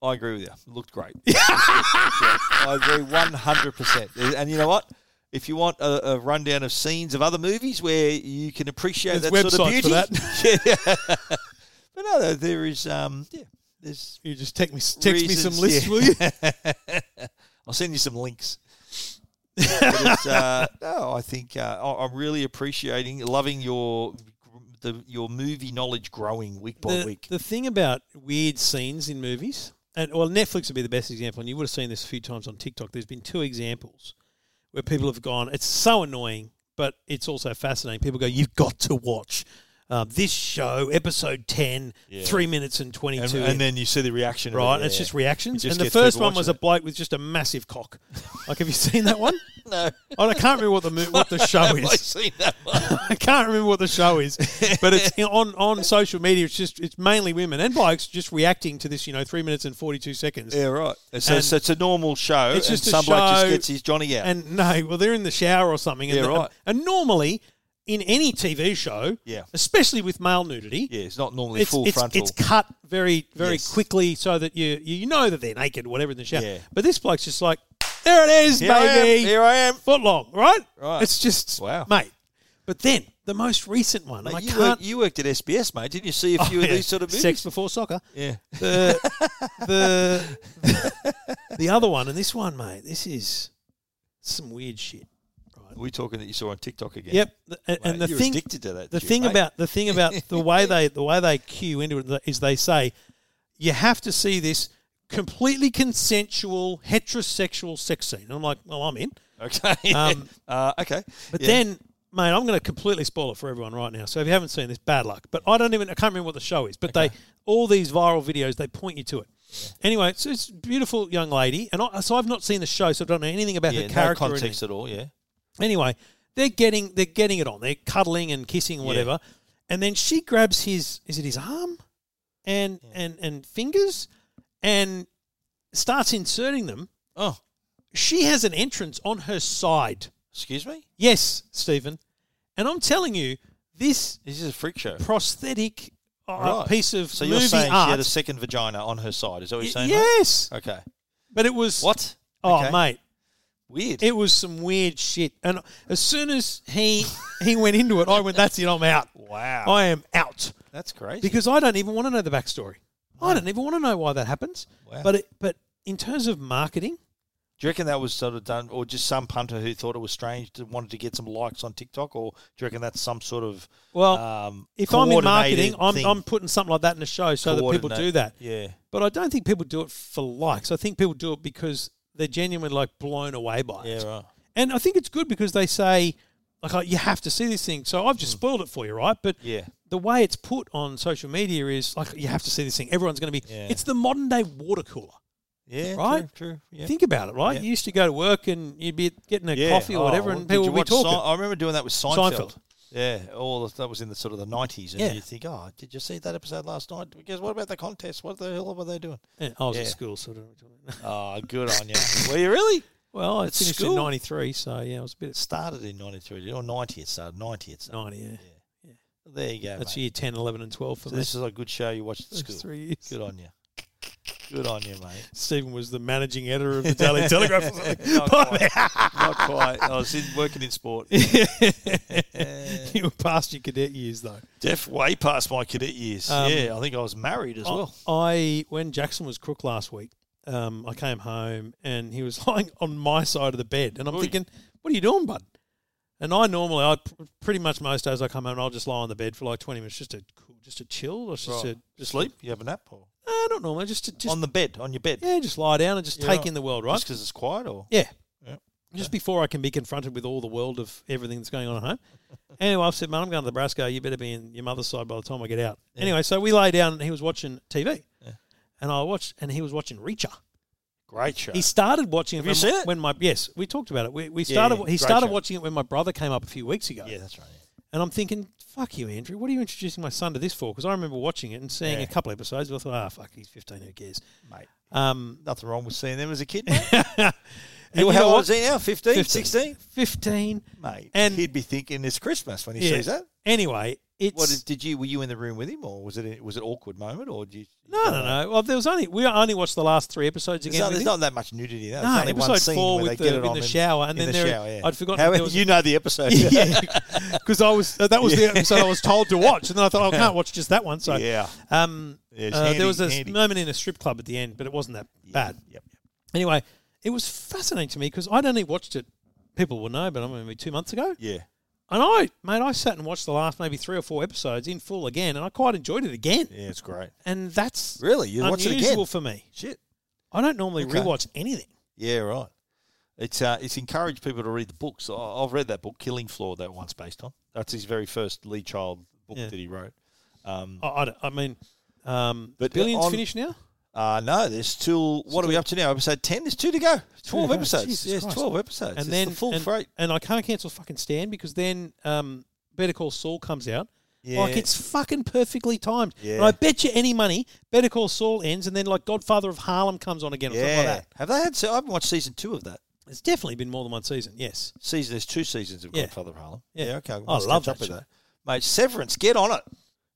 Speaker 1: I agree with you. It looked great. Yeah, I agree one hundred percent. And you know what? If you want a, a rundown of scenes of other movies where you can appreciate
Speaker 2: There's
Speaker 1: that sort of
Speaker 2: websites
Speaker 1: beauty,
Speaker 2: for
Speaker 1: yeah. but no, no, there is. Um, yeah, there's
Speaker 2: You just text me text me some
Speaker 1: reasons-
Speaker 2: lists,
Speaker 1: yeah.
Speaker 2: will you?
Speaker 1: I'll send you some links. But it's, uh, no, I think uh, I- I'm really appreciating, loving your the, your movie knowledge growing week by
Speaker 2: the,
Speaker 1: week.
Speaker 2: the thing about weird scenes in movies, and well, Netflix would be the best example, and you would have seen this a few times on TikTok. There's been two examples where people have gone, it's so annoying, but it's also fascinating. People go, you've got to watch uh, this show, episode 10,
Speaker 1: Yeah.
Speaker 2: three minutes and 22.
Speaker 1: and,
Speaker 2: in."
Speaker 1: and then you see the reaction, of it,
Speaker 2: Right, and it's
Speaker 1: yeah.
Speaker 2: just reactions.
Speaker 1: It
Speaker 2: and
Speaker 1: just
Speaker 2: the
Speaker 1: gets
Speaker 2: first
Speaker 1: people
Speaker 2: one was a
Speaker 1: watching
Speaker 2: bloke with just a massive cock. Like, have you seen that one?
Speaker 1: no.
Speaker 2: I can't remember what the mo- what the show
Speaker 1: Have I
Speaker 2: is.
Speaker 1: seen that one?
Speaker 2: I can't remember what the show is, but it's you know, on on social media. It's just it's mainly women and blokes just reacting to this. You know, three minutes and forty two seconds.
Speaker 1: Yeah, right. So,
Speaker 2: And-
Speaker 1: so it's a normal show.
Speaker 2: It's
Speaker 1: It's
Speaker 2: just
Speaker 1: just
Speaker 2: a
Speaker 1: and some bloke just
Speaker 2: show,
Speaker 1: gets his Johnny out.
Speaker 2: And no, well, they're in the shower or something. And
Speaker 1: Yeah,
Speaker 2: the-
Speaker 1: right.
Speaker 2: And normally, in any TV show,
Speaker 1: Yeah.
Speaker 2: especially with male nudity,
Speaker 1: yeah, it's not normally
Speaker 2: it's
Speaker 1: full
Speaker 2: it's,
Speaker 1: frontal.
Speaker 2: it's cut very very
Speaker 1: Yes.
Speaker 2: quickly so that you you know that they're naked, or whatever in the shower.
Speaker 1: Yeah.
Speaker 2: But this bloke's just like, there it is,
Speaker 1: here I am.
Speaker 2: baby,
Speaker 1: Here I am.
Speaker 2: foot long, right?
Speaker 1: Right.
Speaker 2: It's just
Speaker 1: Wow.
Speaker 2: mate. But then the most recent one, and I
Speaker 1: you,
Speaker 2: can't.
Speaker 1: worked, you worked at SBS, mate. Didn't you see a few
Speaker 2: Oh,
Speaker 1: of
Speaker 2: yeah.
Speaker 1: these sort of movies?
Speaker 2: Sex before soccer.
Speaker 1: Yeah.
Speaker 2: The, the the other one and this one, mate. This is some weird shit.
Speaker 1: Are we talking that you saw on TikTok again?
Speaker 2: Yep. The- and,
Speaker 1: Mate,
Speaker 2: and the
Speaker 1: you're
Speaker 2: thing,
Speaker 1: addicted to that.
Speaker 2: the
Speaker 1: shit,
Speaker 2: thing
Speaker 1: mate.
Speaker 2: about the thing about the way they the way they cue into it is they say you have to see this completely consensual heterosexual sex scene. And I'm like, well, I'm in.
Speaker 1: okay,
Speaker 2: Um,
Speaker 1: uh, okay,
Speaker 2: But
Speaker 1: Yeah.
Speaker 2: then, mate, I'm going to completely spoil it for everyone right now. So if you haven't seen this, bad luck. But I don't even, I can't remember what the show is. But they, all these viral videos, they point you to it. Anyway, so it's a beautiful young lady, and I, so I've not seen the show, so I don't know anything about
Speaker 1: yeah,
Speaker 2: her
Speaker 1: no
Speaker 2: character. or
Speaker 1: context at all. Yeah,
Speaker 2: anything. Anyway, they're getting they're getting it on. They're cuddling and kissing, and whatever. And then she grabs his is it his arm, and and and fingers, and starts inserting them.
Speaker 1: Oh,
Speaker 2: She has an entrance on her side.
Speaker 1: excuse me.
Speaker 2: Yes, Stephen. And I'm telling you, this
Speaker 1: This is a freak show.
Speaker 2: prosthetic uh,
Speaker 1: Right.
Speaker 2: piece of
Speaker 1: So you're
Speaker 2: movie
Speaker 1: saying she had
Speaker 2: art.
Speaker 1: a second vagina on her side? Is that what you're
Speaker 2: Y-
Speaker 1: saying? mate?
Speaker 2: yes,
Speaker 1: Okay.
Speaker 2: but it was
Speaker 1: What?
Speaker 2: Oh,
Speaker 1: Okay.
Speaker 2: mate,
Speaker 1: Weird.
Speaker 2: it was some weird shit. And as soon as he he went into it, I went, "That's it, I'm out.
Speaker 1: wow.
Speaker 2: I am out."
Speaker 1: That's crazy.
Speaker 2: Because I don't even want to know the backstory. I don't even want to know why that happens.
Speaker 1: Wow.
Speaker 2: But it, but in terms of marketing,
Speaker 1: Do you reckon that was sort of done, or just some punter who thought it was strange and wanted to get some likes on TikTok, or do you reckon that's some sort of
Speaker 2: well,
Speaker 1: um,
Speaker 2: if I'm in marketing,
Speaker 1: coordinated
Speaker 2: I'm,
Speaker 1: thing?
Speaker 2: I'm putting something like that in the show so that people
Speaker 1: Coordinate.
Speaker 2: do that.
Speaker 1: yeah,
Speaker 2: But I don't think people do it for likes. I think people do it because they're genuinely like blown away by
Speaker 1: yeah,
Speaker 2: it.
Speaker 1: right,
Speaker 2: And I think it's good because they say, like, oh, you have to see this thing. So I've
Speaker 1: Hmm.
Speaker 2: just spoiled it for you, right? But
Speaker 1: yeah,
Speaker 2: the way it's put on social media is like, you have to see this thing. Everyone's going to be,
Speaker 1: Yeah.
Speaker 2: it's the modern day water cooler.
Speaker 1: yeah,
Speaker 2: Right?
Speaker 1: true, true, yeah.
Speaker 2: Think about it, right?
Speaker 1: Yeah.
Speaker 2: You used to go to work and you'd be getting a
Speaker 1: Yeah.
Speaker 2: coffee or
Speaker 1: Oh,
Speaker 2: whatever,
Speaker 1: did
Speaker 2: and people
Speaker 1: you
Speaker 2: would be
Speaker 1: watch
Speaker 2: talking.
Speaker 1: Sein- I remember doing that with Seinfeld.
Speaker 2: Seinfeld.
Speaker 1: Yeah, all of, that was in the sort of the nineties, and
Speaker 2: Yeah.
Speaker 1: you think, oh, did you see that episode last night? Because what about the contest? What the hell were they doing?
Speaker 2: Yeah, I was at
Speaker 1: Yeah.
Speaker 2: school, so I don't know what you're talking about.
Speaker 1: Oh, good on you. were you really?
Speaker 2: Well, I
Speaker 1: At
Speaker 2: finished in
Speaker 1: school?
Speaker 2: 93, so yeah, I was a bit
Speaker 1: It started in ninety three or ninety. It started ninety. It
Speaker 2: at 90,
Speaker 1: started.
Speaker 2: yeah.
Speaker 1: There you go.
Speaker 2: That's
Speaker 1: mate.
Speaker 2: year 10, 11, and 12 for
Speaker 1: So
Speaker 2: me.
Speaker 1: this is a good show you watched at
Speaker 2: Those
Speaker 1: school.
Speaker 2: three years.
Speaker 1: Good on you. Good on you, mate.
Speaker 2: Stephen was the managing editor of the Daily Telegraph. or something.
Speaker 1: Not quite. Not quite. I was in, working in sport.
Speaker 2: you were past your cadet years though.
Speaker 1: Def way past my cadet years.
Speaker 2: Um,
Speaker 1: yeah, I think I was married as well.
Speaker 2: I when Jackson was crook last week, um, I came home and he was lying on my side of the bed, and I'm
Speaker 1: Oi.
Speaker 2: thinking, "What are you doing, bud?" And I normally, I pr- pretty much most days I come home and I'll just lie on the bed for like 20 minutes just to cool- just to chill, or just
Speaker 1: Right.
Speaker 2: to just
Speaker 1: Sleep? You have a nap or
Speaker 2: Uh, not normally, just to just
Speaker 1: on the bed? On your bed?
Speaker 2: yeah, just lie down and just
Speaker 1: Yeah,
Speaker 2: take
Speaker 1: right.
Speaker 2: in the world, right?
Speaker 1: Just because it's quiet or
Speaker 2: Yeah.
Speaker 1: Yeah.
Speaker 2: Just before I can be confronted with all the world of everything that's going on at home. anyway, I've said, Mum, I'm going to the Brasco. You better be in your mother's side by the time I get out.
Speaker 1: Yeah.
Speaker 2: Anyway, so we lay down and he was watching TV.
Speaker 1: Yeah.
Speaker 2: And I watched, and he was watching Reacher.
Speaker 1: great show.
Speaker 2: He started watching it,
Speaker 1: Have you
Speaker 2: when,
Speaker 1: seen it?
Speaker 2: when my yes, we talked about it. We, we
Speaker 1: Yeah,
Speaker 2: started.
Speaker 1: yeah,
Speaker 2: he
Speaker 1: great
Speaker 2: started
Speaker 1: show.
Speaker 2: watching it when my brother came up a few weeks ago,
Speaker 1: yeah, that's right.
Speaker 2: and I'm thinking, "Fuck you, Andrew. What are you introducing my son to this for?" Because I remember watching it and seeing
Speaker 1: Yeah.
Speaker 2: a couple episodes. I thought, "Ah, fuck, he's 15. Who cares?"
Speaker 1: yeah. Mate,
Speaker 2: Um,
Speaker 1: nothing wrong with seeing them as a kid. Mate.
Speaker 2: and
Speaker 1: How
Speaker 2: you know
Speaker 1: old
Speaker 2: what?
Speaker 1: is he now? 15,
Speaker 2: 15.
Speaker 1: 16?
Speaker 2: 15.
Speaker 1: Mate,
Speaker 2: And-
Speaker 1: he'd be thinking it's Christmas when he
Speaker 2: Yeah.
Speaker 1: sees that.
Speaker 2: Anyway, it's
Speaker 1: What is- did you? Were you in the room with him, or was it? Was it awkward moment, or did you?
Speaker 2: no, no, no. Well, there was only we only watched the last three episodes
Speaker 1: There's,
Speaker 2: again.
Speaker 1: not,
Speaker 2: with
Speaker 1: there's
Speaker 2: him.
Speaker 1: not that much nudity.
Speaker 2: no,
Speaker 1: No, There's only one
Speaker 2: episode
Speaker 1: scene
Speaker 2: four
Speaker 1: where
Speaker 2: with
Speaker 1: they get
Speaker 2: the,
Speaker 1: it
Speaker 2: in
Speaker 1: on
Speaker 2: the
Speaker 1: him
Speaker 2: shower, and
Speaker 1: in
Speaker 2: then
Speaker 1: the
Speaker 2: there
Speaker 1: shower, yeah.
Speaker 2: I'd forgotten
Speaker 1: How,
Speaker 2: there was
Speaker 1: you know the episode.
Speaker 2: yeah, because I was uh, that was
Speaker 1: Yeah.
Speaker 2: the episode I was told to watch, and then I thought I can't watch just that one. So,
Speaker 1: yeah.
Speaker 2: um,
Speaker 1: Yeah, it's
Speaker 2: uh,
Speaker 1: handy,
Speaker 2: there was a
Speaker 1: handy.
Speaker 2: moment in a strip club at the end, but it wasn't that bad.
Speaker 1: Yep.
Speaker 2: Anyway, it was fascinating to me because I'd only watched it. People will know, but I mean, maybe two months ago,
Speaker 1: Yeah.
Speaker 2: and I, mate, I sat and watched the last maybe three or four episodes in full again, and I quite enjoyed it again.
Speaker 1: Yeah, it's great.
Speaker 2: And that's
Speaker 1: Really? You watch it
Speaker 2: unusual
Speaker 1: again?
Speaker 2: for me.
Speaker 1: Shit.
Speaker 2: I don't normally
Speaker 1: Okay.
Speaker 2: rewatch anything.
Speaker 1: Yeah, right. It's uh, it's encouraged people to read the books. I- I've read that book, Killing Floor, that one's based on. That's his very first Lee Child book
Speaker 2: Yeah.
Speaker 1: that he wrote. Um,
Speaker 2: I, I don't- I mean, um,
Speaker 1: But
Speaker 2: billions
Speaker 1: on-
Speaker 2: finished now.
Speaker 1: uh, no, there's still. What are we up to now? Episode ten. There's two to go. Twelve
Speaker 2: go.
Speaker 1: episodes.
Speaker 2: Jesus
Speaker 1: yes,
Speaker 2: Christ.
Speaker 1: twelve episodes.
Speaker 2: and
Speaker 1: it's
Speaker 2: then
Speaker 1: the full
Speaker 2: and,
Speaker 1: freight.
Speaker 2: and I can't cancel fucking Stan because then um, Better Call Saul comes out. Like
Speaker 1: Yeah.
Speaker 2: it's fucking perfectly timed. And
Speaker 1: Yeah.
Speaker 2: I bet you any money, Better Call Saul ends, and then like Godfather of Harlem comes on again or something like that.
Speaker 1: Have they had? Se- I haven't watched season two of that.
Speaker 2: It's definitely been more than one season. Yes,
Speaker 1: Season there's two seasons of
Speaker 2: Yeah.
Speaker 1: Godfather of Harlem.
Speaker 2: Yeah.
Speaker 1: okay. I
Speaker 2: love
Speaker 1: up
Speaker 2: that
Speaker 1: with
Speaker 2: show.
Speaker 1: that, mate. Severance, get on it.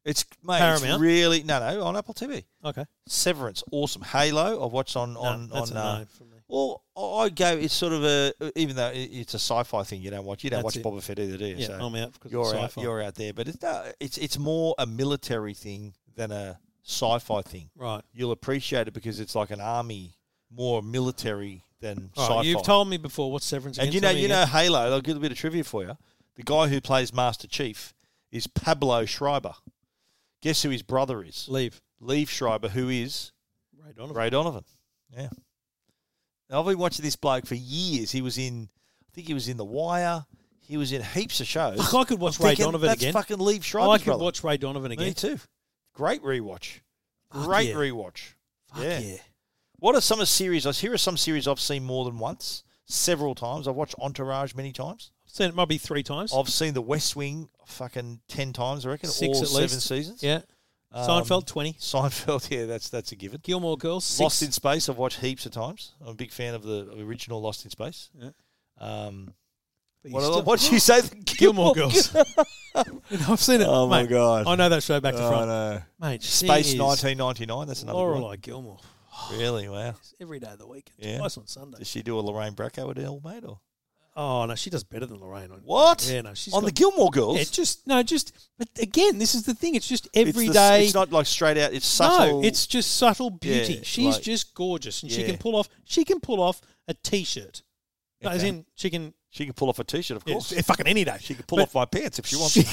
Speaker 1: It's mate. It's
Speaker 2: Paramount?
Speaker 1: really no, no on Apple TV.
Speaker 2: okay.
Speaker 1: Severance, awesome. Halo, I've watched on on
Speaker 2: no, that's
Speaker 1: on.
Speaker 2: a
Speaker 1: uh,
Speaker 2: no for me.
Speaker 1: Well, I I go. It's sort of a even though it- it's a sci-fi thing. You don't watch. You don't
Speaker 2: That's it.
Speaker 1: watch Boba Fett either, do you?
Speaker 2: Yeah,
Speaker 1: so
Speaker 2: I'm out because
Speaker 1: you're
Speaker 2: of
Speaker 1: out.
Speaker 2: sci-fi.
Speaker 1: You're out there, but it's no, it's it's more a military thing than a sci-fi thing.
Speaker 2: right.
Speaker 1: You'll appreciate it because it's like an army, more military than
Speaker 2: All right,
Speaker 1: sci-fi.
Speaker 2: You've told me before what Severance.
Speaker 1: and
Speaker 2: again?
Speaker 1: you know,
Speaker 2: Tell me
Speaker 1: you know,
Speaker 2: again.
Speaker 1: Halo. I'll give a bit of trivia for you. The guy who plays Master Chief is Pablo Schreiber. Guess who his brother is?
Speaker 2: leave.
Speaker 1: Leave Schreiber, who is
Speaker 2: Ray Donovan.
Speaker 1: Ray Donovan. Yeah. Now, I've been watching this bloke for years. He was in, I think he was in The Wire. He was in heaps of shows.
Speaker 2: Fuck, I could watch
Speaker 1: I'm
Speaker 2: Ray
Speaker 1: thinking,
Speaker 2: Donovan
Speaker 1: That's
Speaker 2: again.
Speaker 1: fucking Leave Schreiber's
Speaker 2: I could
Speaker 1: brother.
Speaker 2: watch Ray Donovan again.
Speaker 1: Me too. Great rewatch.
Speaker 2: Fuck
Speaker 1: Great
Speaker 2: yeah.
Speaker 1: rewatch.
Speaker 2: Fuck
Speaker 1: Yeah.
Speaker 2: yeah.
Speaker 1: What are some of the series? I Here are some series I've seen more than once, several times. I've watched Entourage many times.
Speaker 2: I've seen it maybe three times.
Speaker 1: I've seen The West Wing fucking 10 times, I reckon.
Speaker 2: Six
Speaker 1: all
Speaker 2: at
Speaker 1: seven
Speaker 2: least.
Speaker 1: seasons.
Speaker 2: yeah.
Speaker 1: Um,
Speaker 2: Seinfeld twenty.
Speaker 1: Seinfeld, yeah, that's that's a given.
Speaker 2: Gilmore Girls. Six.
Speaker 1: Lost in Space, I've watched heaps of times. I'm a big fan of the original Lost in Space.
Speaker 2: Yeah.
Speaker 1: Um,
Speaker 2: But you
Speaker 1: what,
Speaker 2: still-
Speaker 1: what did you say? The
Speaker 2: Gilmore Girls. I've seen it.
Speaker 1: Oh my
Speaker 2: mate.
Speaker 1: god!
Speaker 2: I know that show back to
Speaker 1: Oh,
Speaker 2: front,
Speaker 1: no.
Speaker 2: mate.
Speaker 1: Space
Speaker 2: she is
Speaker 1: 1999. That's another good one.
Speaker 2: Lorelei Gilmore
Speaker 1: Really? Wow.
Speaker 2: It's every day of the week,
Speaker 1: Yeah.
Speaker 2: twice on Sunday.
Speaker 1: Does she do a Lorraine Bracco at all, mate? Or
Speaker 2: Oh no, she does better than Lorraine. On,
Speaker 1: what?
Speaker 2: Yeah, no, she's
Speaker 1: On
Speaker 2: got-
Speaker 1: the Gilmore
Speaker 2: Yeah,
Speaker 1: Girls.
Speaker 2: it's just no, just but again, this is the thing. It's just
Speaker 1: It's
Speaker 2: every
Speaker 1: the-
Speaker 2: day.
Speaker 1: It's not like straight out. It's
Speaker 2: No,
Speaker 1: subtle.
Speaker 2: it's just subtle beauty.
Speaker 1: Yeah,
Speaker 2: She's
Speaker 1: like-
Speaker 2: just gorgeous, and she
Speaker 1: Yeah.
Speaker 2: can pull off. She can pull off a t-shirt. No, As
Speaker 1: Okay.
Speaker 2: in, she can.
Speaker 1: she can pull off a t-shirt, of
Speaker 2: yeah,
Speaker 1: course.
Speaker 2: it's fucking any day.
Speaker 1: she can pull
Speaker 2: but
Speaker 1: off my pants if she wants.
Speaker 2: She,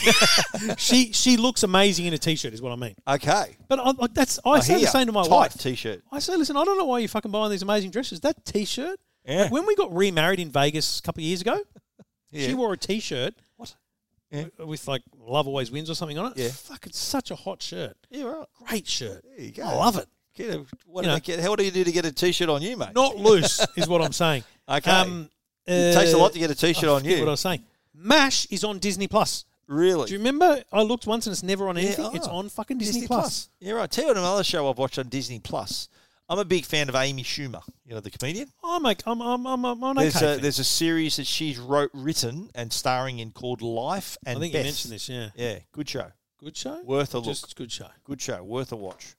Speaker 2: she she looks amazing in a t-shirt, is what I mean.
Speaker 1: okay.
Speaker 2: But I, like, that's I say the
Speaker 1: hear.
Speaker 2: same to my
Speaker 1: Tight
Speaker 2: wife.
Speaker 1: t-shirt.
Speaker 2: I say, listen, I don't know why you're fucking buying these amazing dresses. That T-shirt.
Speaker 1: Yeah.
Speaker 2: When we got remarried in Vegas a couple of years ago,
Speaker 1: Yeah.
Speaker 2: she wore a T-shirt.
Speaker 1: What? Yeah.
Speaker 2: w- With like "Love Always Wins" or something on it.
Speaker 1: Yeah.
Speaker 2: Fuck, it's such a hot shirt.
Speaker 1: yeah, right.
Speaker 2: Great shirt.
Speaker 1: There you go.
Speaker 2: I love it.
Speaker 1: Get a, what
Speaker 2: You
Speaker 1: do
Speaker 2: know.
Speaker 1: they get, how do you do to get a t-shirt on you, mate?
Speaker 2: Not loose is what I'm saying.
Speaker 1: Okay.
Speaker 2: uh,
Speaker 1: it takes a lot to get a
Speaker 2: I
Speaker 1: t-shirt on
Speaker 2: forget
Speaker 1: you.
Speaker 2: What I was saying. Mash is on Disney Plus.
Speaker 1: really?
Speaker 2: Do you remember? I looked once and it's never on anything.
Speaker 1: oh.
Speaker 2: It's on fucking Disney, Plus.
Speaker 1: Yeah, right. Tell you what, another show I've watched on Disney Plus. I'm a big fan of Amy Schumer, you know, the comedian.
Speaker 2: I'm like, I'm, I'm, I'm, I'm on
Speaker 1: There's,
Speaker 2: okay.
Speaker 1: a,
Speaker 2: thing.
Speaker 1: there's a series that she's wrote, written and starring in called Life
Speaker 2: I
Speaker 1: and
Speaker 2: think
Speaker 1: Beth.
Speaker 2: you mentioned this. Yeah.
Speaker 1: Yeah, good show.
Speaker 2: Good show.
Speaker 1: Worth a
Speaker 2: Just
Speaker 1: look.
Speaker 2: good show.
Speaker 1: Good show. Worth a watch.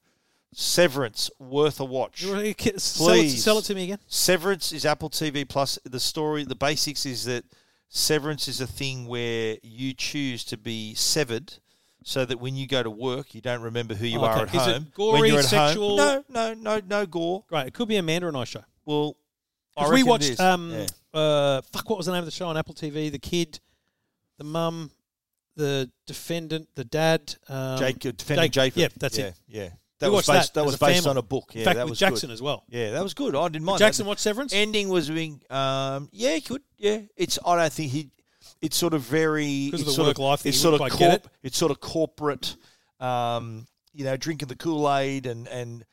Speaker 1: Severance, worth a watch.
Speaker 2: You wanna ki- Sell it,
Speaker 1: Please.
Speaker 2: sell it to me again.
Speaker 1: Severance is Apple TV Plus. The story, the basics is that severance is a thing where you choose to be severed, so that when you go to work, you don't remember who you
Speaker 2: Oh,
Speaker 1: are
Speaker 2: okay.
Speaker 1: at
Speaker 2: Is it
Speaker 1: home.
Speaker 2: gory,
Speaker 1: when you're at
Speaker 2: sexual-
Speaker 1: home, no, no, no, no gore.
Speaker 2: Great. It could be Amanda and I show.
Speaker 1: Well, I
Speaker 2: 'Cause
Speaker 1: reckon
Speaker 2: we
Speaker 1: it
Speaker 2: watched
Speaker 1: is.
Speaker 2: um
Speaker 1: Yeah.
Speaker 2: uh fuck what was the name of the show on Apple TV? The kid, the mum, the defendant, the dad, um,
Speaker 1: Jake, defending
Speaker 2: Jake-
Speaker 1: Jake.
Speaker 2: yep, that's
Speaker 1: yeah,
Speaker 2: it.
Speaker 1: Yeah,
Speaker 2: We
Speaker 1: that was
Speaker 2: watched
Speaker 1: based.
Speaker 2: that
Speaker 1: That,
Speaker 2: as
Speaker 1: was
Speaker 2: a
Speaker 1: based
Speaker 2: family.
Speaker 1: on a book. Yeah,
Speaker 2: in fact,
Speaker 1: that
Speaker 2: with
Speaker 1: was
Speaker 2: Jackson
Speaker 1: Good.
Speaker 2: as well.
Speaker 1: Yeah, that was good. I didn't mind.
Speaker 2: Jackson
Speaker 1: that.
Speaker 2: watched Severance.
Speaker 1: ending was being um yeah he could yeah it's I don't think he it's sort of very
Speaker 2: 'Cause of
Speaker 1: it's
Speaker 2: the
Speaker 1: sort
Speaker 2: work-life thing,
Speaker 1: it's
Speaker 2: he
Speaker 1: sort of
Speaker 2: wouldn't quite get
Speaker 1: it's sort of corporate um you know drinking the Kool Aid and and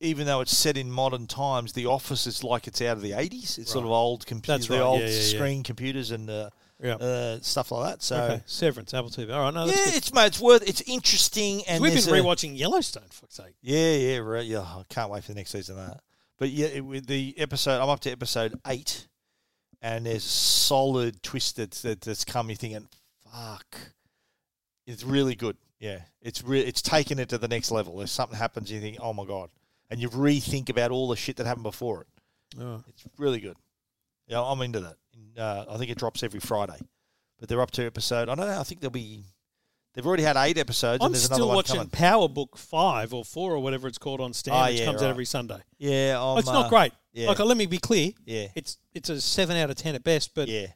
Speaker 1: even though it's set in modern times the office is like it's out of the eighties it's sort of old computers
Speaker 2: That's right.
Speaker 1: the old
Speaker 2: Yeah, yeah, yeah.
Speaker 1: screen computers and uh,
Speaker 2: yeah.
Speaker 1: uh, stuff like that so
Speaker 2: okay. Severance, Apple TV. All right, no,
Speaker 1: yeah
Speaker 2: that's good.
Speaker 1: it's mate it's worth it's interesting and
Speaker 2: We've been
Speaker 1: there's a-
Speaker 2: rewatching Yellowstone. Fuck's sake.
Speaker 1: yeah, yeah, right. Yeah, I can't wait for the next season of that. But yeah, it, with the episode, I'm up to episode eight, and there's a solid twist that's, that, that's come. You're thinking, fuck, it's really good. Yeah, it's re- it's taken it to the next level. If something happens, you think, oh my god, and you rethink about all the shit that happened before it.
Speaker 2: Oh.
Speaker 1: It's really good. Yeah, I'm into that. Uh, I think it drops every Friday, but they're up to episode. I don't know. I think they'll be. They've already had eight episodes,
Speaker 2: I'm
Speaker 1: and there's
Speaker 2: still
Speaker 1: another one
Speaker 2: watching
Speaker 1: coming.
Speaker 2: Power Book Five or Four or whatever it's called on Stan,
Speaker 1: Oh,
Speaker 2: which
Speaker 1: yeah,
Speaker 2: comes
Speaker 1: right.
Speaker 2: out every Sunday.
Speaker 1: Yeah, I'm,
Speaker 2: Oh, it's not
Speaker 1: uh,
Speaker 2: great.
Speaker 1: yeah.
Speaker 2: Like, let me be clear.
Speaker 1: Yeah,
Speaker 2: It's it's a seven out of ten at best, but
Speaker 1: yeah.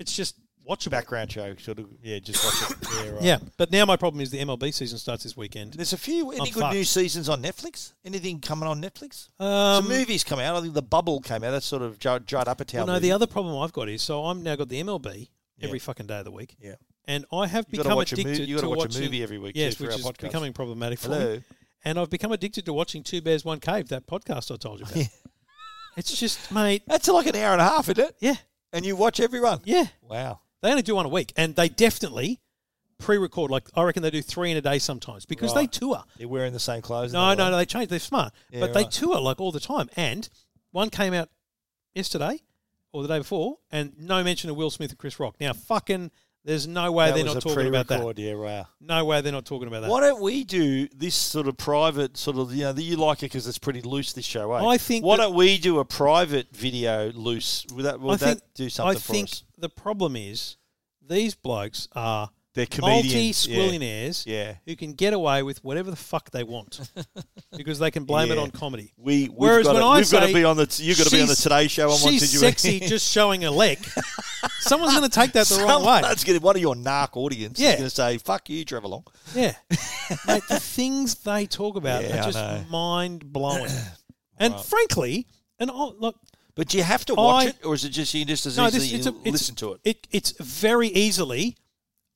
Speaker 2: it's just watchable.
Speaker 1: background show sort of yeah just watch it yeah, right.
Speaker 2: Yeah, but now my problem is the MLB season starts this weekend.
Speaker 1: there's a few any
Speaker 2: I'm
Speaker 1: good
Speaker 2: fucked.
Speaker 1: new seasons on netflix anything coming on netflix
Speaker 2: Um,
Speaker 1: some movies come out i think the bubble came out that's sort of judd, judd apatow
Speaker 2: well, no,
Speaker 1: movie.
Speaker 2: the other problem I've got is so I'm now got the MLB every fucking day of the week,
Speaker 1: yeah
Speaker 2: and I have
Speaker 1: you got to
Speaker 2: become
Speaker 1: watch a movie
Speaker 2: addicted
Speaker 1: you got
Speaker 2: to
Speaker 1: to watch
Speaker 2: watching
Speaker 1: a movie every week
Speaker 2: Yes,
Speaker 1: yeah, for
Speaker 2: which
Speaker 1: our
Speaker 2: is
Speaker 1: podcast.
Speaker 2: becoming problematic for me.
Speaker 1: hello
Speaker 2: And I've become addicted to watching Two Bears One Cave, that podcast I told you about. It's just, mate.
Speaker 1: that's like an hour and a half isn't it
Speaker 2: Yeah,
Speaker 1: and you watch everyone
Speaker 2: yeah.
Speaker 1: wow
Speaker 2: They only do one a week, and they definitely pre-record. Like I reckon they do three in a day sometimes because they
Speaker 1: Right.
Speaker 2: tour.
Speaker 1: they're wearing the same clothes
Speaker 2: No,
Speaker 1: and all
Speaker 2: no,
Speaker 1: that.
Speaker 2: no. They change. They're smart,
Speaker 1: Yeah,
Speaker 2: but they
Speaker 1: right.
Speaker 2: tour like all the time. And one came out yesterday or the day before, and no mention of Will Smith and Chris Rock. Now, fucking, there's no way
Speaker 1: that
Speaker 2: they're
Speaker 1: was
Speaker 2: not
Speaker 1: a
Speaker 2: talking about that.
Speaker 1: pre-record, yeah wow
Speaker 2: No way they're not talking about that.
Speaker 1: Why don't we do this sort of private sort of you know you like it because it's pretty loose this show? Eh?
Speaker 2: I think
Speaker 1: Why
Speaker 2: that-
Speaker 1: don't we do a private video loose? Will that will
Speaker 2: I think
Speaker 1: that do something
Speaker 2: I
Speaker 1: for
Speaker 2: think
Speaker 1: us?
Speaker 2: the problem is these blokes are
Speaker 1: They're
Speaker 2: multi
Speaker 1: comedians, yeah.
Speaker 2: squillionaires
Speaker 1: Yeah.
Speaker 2: who can get away with whatever the fuck they want because they can blame it
Speaker 1: Yeah.
Speaker 2: on comedy.
Speaker 1: We we've
Speaker 2: Whereas
Speaker 1: got
Speaker 2: when
Speaker 1: to,
Speaker 2: I
Speaker 1: we've got
Speaker 2: say
Speaker 1: to be on the t- you've got to be on the
Speaker 2: she's-
Speaker 1: Today Show on one
Speaker 2: She's sexy, just showing her leg. Someone's going to take that the wrong way.
Speaker 1: That's gonna one of your narc audience
Speaker 2: Yeah.
Speaker 1: is gonna say fuck you, Trevor Long.
Speaker 2: Yeah. Mate, the things they talk about
Speaker 1: Yeah, I
Speaker 2: are
Speaker 1: know.
Speaker 2: just mind blowing. and frankly, and i look,
Speaker 1: But do you have to watch
Speaker 2: I-
Speaker 1: it, or is it just you just as
Speaker 2: no,
Speaker 1: easily
Speaker 2: this, it's
Speaker 1: you
Speaker 2: a, it's,
Speaker 1: listen to it?
Speaker 2: it. It's very easily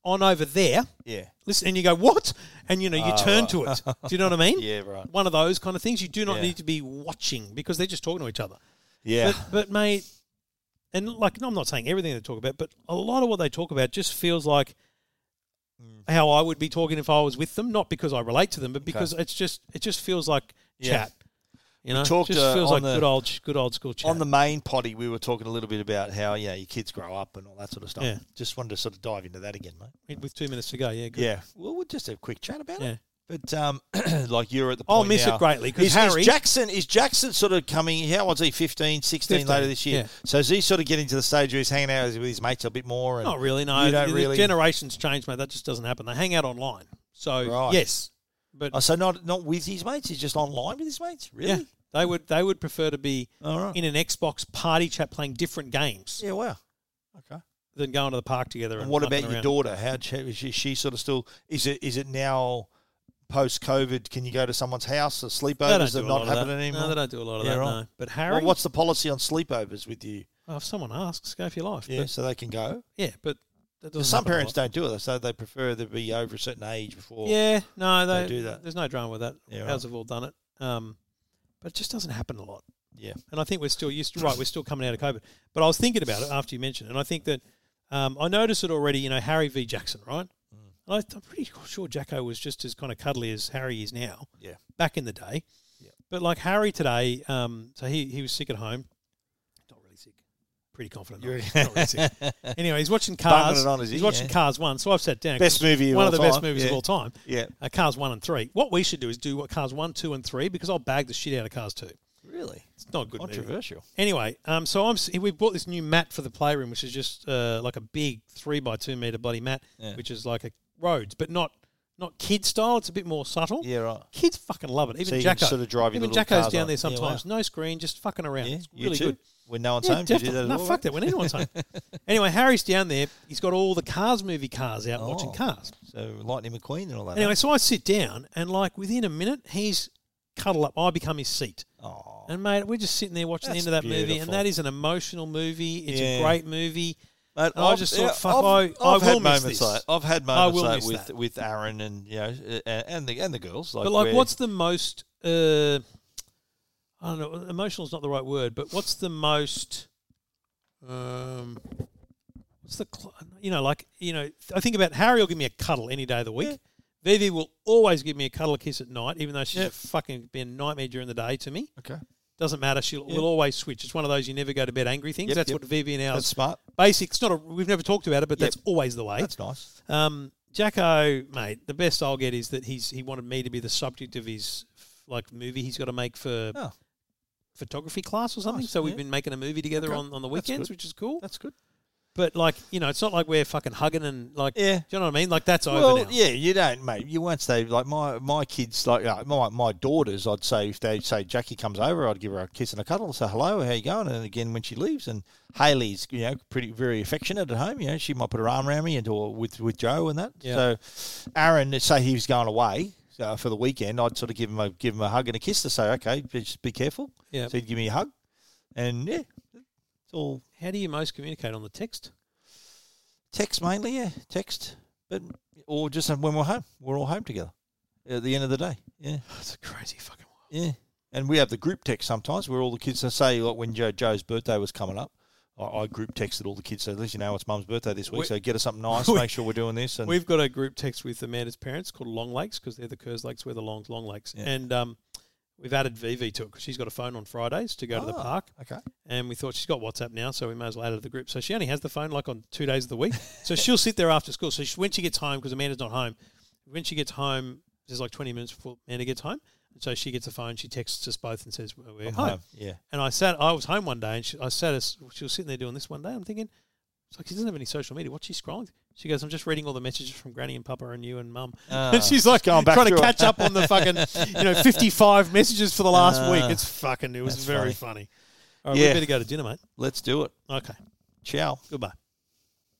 Speaker 2: on over there.
Speaker 1: Yeah,
Speaker 2: Listen, and you go what? And you know you turn to it. Do you know what I mean?
Speaker 1: Ah, Yeah, right.
Speaker 2: One of those kind of things. You do not
Speaker 1: Yeah.
Speaker 2: need to be watching because they're just talking to each other.
Speaker 1: yeah.
Speaker 2: But, but mate, and like, no, I'm not saying everything they talk about, but a lot of what they talk about just feels like
Speaker 1: Mm.
Speaker 2: how I would be talking if I was with them, not because I relate to them, but because it's just it just feels like
Speaker 1: Yeah.
Speaker 2: chat. You know,
Speaker 1: talked,
Speaker 2: just
Speaker 1: uh,
Speaker 2: feels
Speaker 1: on
Speaker 2: like
Speaker 1: the-
Speaker 2: good old good old school chat.
Speaker 1: on the main potty, we were talking a little bit about how you know your kids grow up and all that sort of stuff.
Speaker 2: Yeah.
Speaker 1: Just wanted to sort of dive into that again, mate.
Speaker 2: with two minutes to go, yeah, good.
Speaker 1: Yeah, well, we'll just have a quick chat about
Speaker 2: Yeah.
Speaker 1: it. But um, like you're at the
Speaker 2: I'll
Speaker 1: point
Speaker 2: miss it
Speaker 1: now-
Speaker 2: greatly, 'cause
Speaker 1: is,
Speaker 2: Harry-
Speaker 1: is Jackson is Jackson sort of coming. How old's he? 15, 16 later
Speaker 2: 15,
Speaker 1: this year.
Speaker 2: yeah.
Speaker 1: So is he sort of getting to the stage where he's hanging out with his mates a bit more? And
Speaker 2: Not really, no.
Speaker 1: You don't
Speaker 2: the, the
Speaker 1: really-
Speaker 2: generations change, mate. That just doesn't happen. They hang out online, so
Speaker 1: Right.
Speaker 2: yes, but
Speaker 1: Oh, so not not with his mates. He's just online with his mates. Really?
Speaker 2: yeah, they would they would prefer to be
Speaker 1: All right.
Speaker 2: in an Xbox party chat playing different games
Speaker 1: Yeah. Wow. Okay.
Speaker 2: than going to the park together. And,
Speaker 1: And what
Speaker 2: mucking
Speaker 1: about your
Speaker 2: around.
Speaker 1: daughter? How she- is she, she sort of still? Is it is it now post COVID? Can you go to someone's house or
Speaker 2: They don't
Speaker 1: sleepovers?
Speaker 2: do
Speaker 1: They're
Speaker 2: a
Speaker 1: not
Speaker 2: lot of that.
Speaker 1: happening anymore.
Speaker 2: No, they don't do a lot of
Speaker 1: Yeah,
Speaker 2: that.
Speaker 1: right.
Speaker 2: No. But Harry,
Speaker 1: well, what's the policy on sleepovers with you?
Speaker 2: oh, if someone asks, go for your life.
Speaker 1: Yeah, so they can go.
Speaker 2: But, yeah, but that doesn't
Speaker 1: Some
Speaker 2: happen a
Speaker 1: parents
Speaker 2: lot.
Speaker 1: don't do it, so they prefer to be over a certain age before.
Speaker 2: Yeah, no, they,
Speaker 1: They do that.
Speaker 2: There's no drama with that.
Speaker 1: Yeah,
Speaker 2: Ours have all done it. Um, but it just doesn't happen a lot.
Speaker 1: Yeah.
Speaker 2: And I think we're still used to right. We're still coming out of COVID. But I was thinking about it after you mentioned it, and I think that um, I noticed it already. You know, Harry v Jackson, right? And I, I'm pretty sure Jacko was just as kind of cuddly as Harry is now.
Speaker 1: Yeah.
Speaker 2: Back in the day.
Speaker 1: Yeah.
Speaker 2: But like Harry today, um, so he he was sick at home. Not really sick. pretty confident.
Speaker 1: You're-
Speaker 2: Not really sick. anyway, he's watching Cars.
Speaker 1: it on, is he?
Speaker 2: he's watching
Speaker 1: Yeah.
Speaker 2: Cars One. So I've sat down. 'cause
Speaker 1: Best movie of
Speaker 2: One of
Speaker 1: all
Speaker 2: the best
Speaker 1: time.
Speaker 2: movies
Speaker 1: Yeah.
Speaker 2: of all time.
Speaker 1: Yeah.
Speaker 2: Uh, cars one and three. What we should do is do what Cars one, two, and three because I'll bag the shit out of Cars two.
Speaker 1: Really?
Speaker 2: It's not a good. movie.
Speaker 1: Controversial.
Speaker 2: Anyway, um, so I'm s- we bought this new mat for the playroom, which is just uh, like a big three by two meter bloody mat,
Speaker 1: Yeah.
Speaker 2: which is like a roads, but not not kid style. It's a bit more subtle.
Speaker 1: Yeah, right.
Speaker 2: Kids fucking love it. Even
Speaker 1: So you can
Speaker 2: Jacko,
Speaker 1: sort of drive your
Speaker 2: even
Speaker 1: little
Speaker 2: Jacko's
Speaker 1: cars
Speaker 2: down
Speaker 1: on.
Speaker 2: there
Speaker 1: Yeah, wow.
Speaker 2: sometimes. No screen, just fucking around.
Speaker 1: Yeah,
Speaker 2: It's
Speaker 1: you
Speaker 2: really
Speaker 1: too?
Speaker 2: good.
Speaker 1: When no one's
Speaker 2: Yeah,
Speaker 1: home, do you do
Speaker 2: definitely.
Speaker 1: that at
Speaker 2: no,
Speaker 1: all,
Speaker 2: fuck
Speaker 1: mate?
Speaker 2: that. When anyone's home. Anyway, Harry's down there. He's got all the Cars movie cars out watching
Speaker 1: Oh.
Speaker 2: Cars.
Speaker 1: So Lightning McQueen and all that.
Speaker 2: Anyway, so I sit down, and like within a minute, he's cuddled up. I become his seat.
Speaker 1: Oh,
Speaker 2: And mate, we're just sitting there watching
Speaker 1: That's
Speaker 2: the end of that movie, and
Speaker 1: beautiful.
Speaker 2: that is an emotional movie. It's
Speaker 1: Yeah.
Speaker 2: a great movie.
Speaker 1: Mate,
Speaker 2: And I
Speaker 1: I've-
Speaker 2: just thought,
Speaker 1: yeah,
Speaker 2: fuck,
Speaker 1: I've,
Speaker 2: I- I
Speaker 1: I've had
Speaker 2: will miss
Speaker 1: moments
Speaker 2: this.
Speaker 1: like I've had
Speaker 2: I
Speaker 1: moments
Speaker 2: will
Speaker 1: like
Speaker 2: miss
Speaker 1: with
Speaker 2: that.
Speaker 1: with Aaron and you know uh, and the and the girls. Like
Speaker 2: But like,
Speaker 1: where-
Speaker 2: what's the most? Uh, I don't know. Emotional is not the right word, but what's the most? Um, what's the cl- you know like you know I think about Harry will give me a cuddle any day of the week. Vivi will always give me a cuddle kiss at night, even though she's
Speaker 1: Yeah.
Speaker 2: a fucking been a nightmare during the day to me.
Speaker 1: okay?
Speaker 2: Doesn't matter. She will always switch. It's one of those you never go to bed angry things.
Speaker 1: Yep,
Speaker 2: that's
Speaker 1: yep.
Speaker 2: what Vivi and
Speaker 1: That's
Speaker 2: ours
Speaker 1: smart.
Speaker 2: basic. It's not a. We've never talked about it, but
Speaker 1: Yep.
Speaker 2: that's always the way.
Speaker 1: That's nice.
Speaker 2: Um, Jacko, mate, the best I'll get is that he's he wanted me to be the subject of his like movie he's got to make for
Speaker 1: Oh.
Speaker 2: photography class or something.
Speaker 1: Nice,
Speaker 2: so we've
Speaker 1: yeah.
Speaker 2: been making a movie together
Speaker 1: Okay,
Speaker 2: on, on the
Speaker 1: that's
Speaker 2: weekends,
Speaker 1: good.
Speaker 2: which is cool.
Speaker 1: That's good.
Speaker 2: But like you know, it's not like we're fucking hugging and like.
Speaker 1: Yeah.
Speaker 2: Do you know what I mean? Like that's
Speaker 1: well,
Speaker 2: over now.
Speaker 1: yeah, you don't, mate. You won't say like my my kids, like uh, my my daughters. I'd say if they say Jackie comes over, I'd give her a kiss and a cuddle, say hello, how you going, and again when she leaves. And Haley's, you know, pretty very affectionate at home. You know, she might put her arm around me and or with with Joe and that.
Speaker 2: Yeah.
Speaker 1: So, Aaron, let's say he was going away. Uh, for the weekend, I'd sort of give him a give him a hug and a kiss to say, okay, just be careful.
Speaker 2: Yeah.
Speaker 1: So he'd give me a hug, and yeah, it's all
Speaker 2: How do you most communicate on the text?
Speaker 1: Text mainly, yeah, text, but or just when we're home, we're all home together at the end of the day. Yeah,
Speaker 2: That's a crazy fucking. World.
Speaker 1: yeah. And we have the group text sometimes where all the kids I say like when Joe, Joe's birthday was coming up, I, I group texted all the kids. So at least you know it's Mum's birthday this week,
Speaker 2: We-
Speaker 1: so get us something nice. make sure we're doing this. And
Speaker 2: We've got a group text with Amanda's parents called Long Lakes because they're the Kerrs Lakes, we're the Longs Long Lakes,
Speaker 1: Yeah.
Speaker 2: and um, we've added Vivi to it because she's got a phone on Fridays to go to the
Speaker 1: Ah.
Speaker 2: park.
Speaker 1: okay,
Speaker 2: and we thought she's got WhatsApp now, so we may as well add her to the group. So she only has the phone like on two days of the week. So she'll sit there after school. So she, when she gets home, because Amanda's not home, when she gets home, there's like 20 minutes before Amanda gets home. And so she gets a phone, she texts us both and says, We're
Speaker 1: I'm
Speaker 2: home.
Speaker 1: Yeah,
Speaker 2: And I sat, I was home one day and she, I sat, us, she was sitting there doing this one day. I'm thinking, it's like she doesn't have any social media. What's she scrolling? She goes, I'm just reading all the messages from Granny and Papa and you and Mum.
Speaker 1: Ah,
Speaker 2: and she's like
Speaker 1: going back
Speaker 2: Uh, trying to
Speaker 1: through it.
Speaker 2: catch up on the fucking, you know, 55 messages for the last
Speaker 1: Ah,
Speaker 2: week. It's fucking, it was
Speaker 1: that's
Speaker 2: very
Speaker 1: funny.
Speaker 2: funny. All right,
Speaker 1: Yeah.
Speaker 2: we better go to dinner, mate.
Speaker 1: let's do it.
Speaker 2: Okay.
Speaker 1: Ciao.
Speaker 2: Goodbye.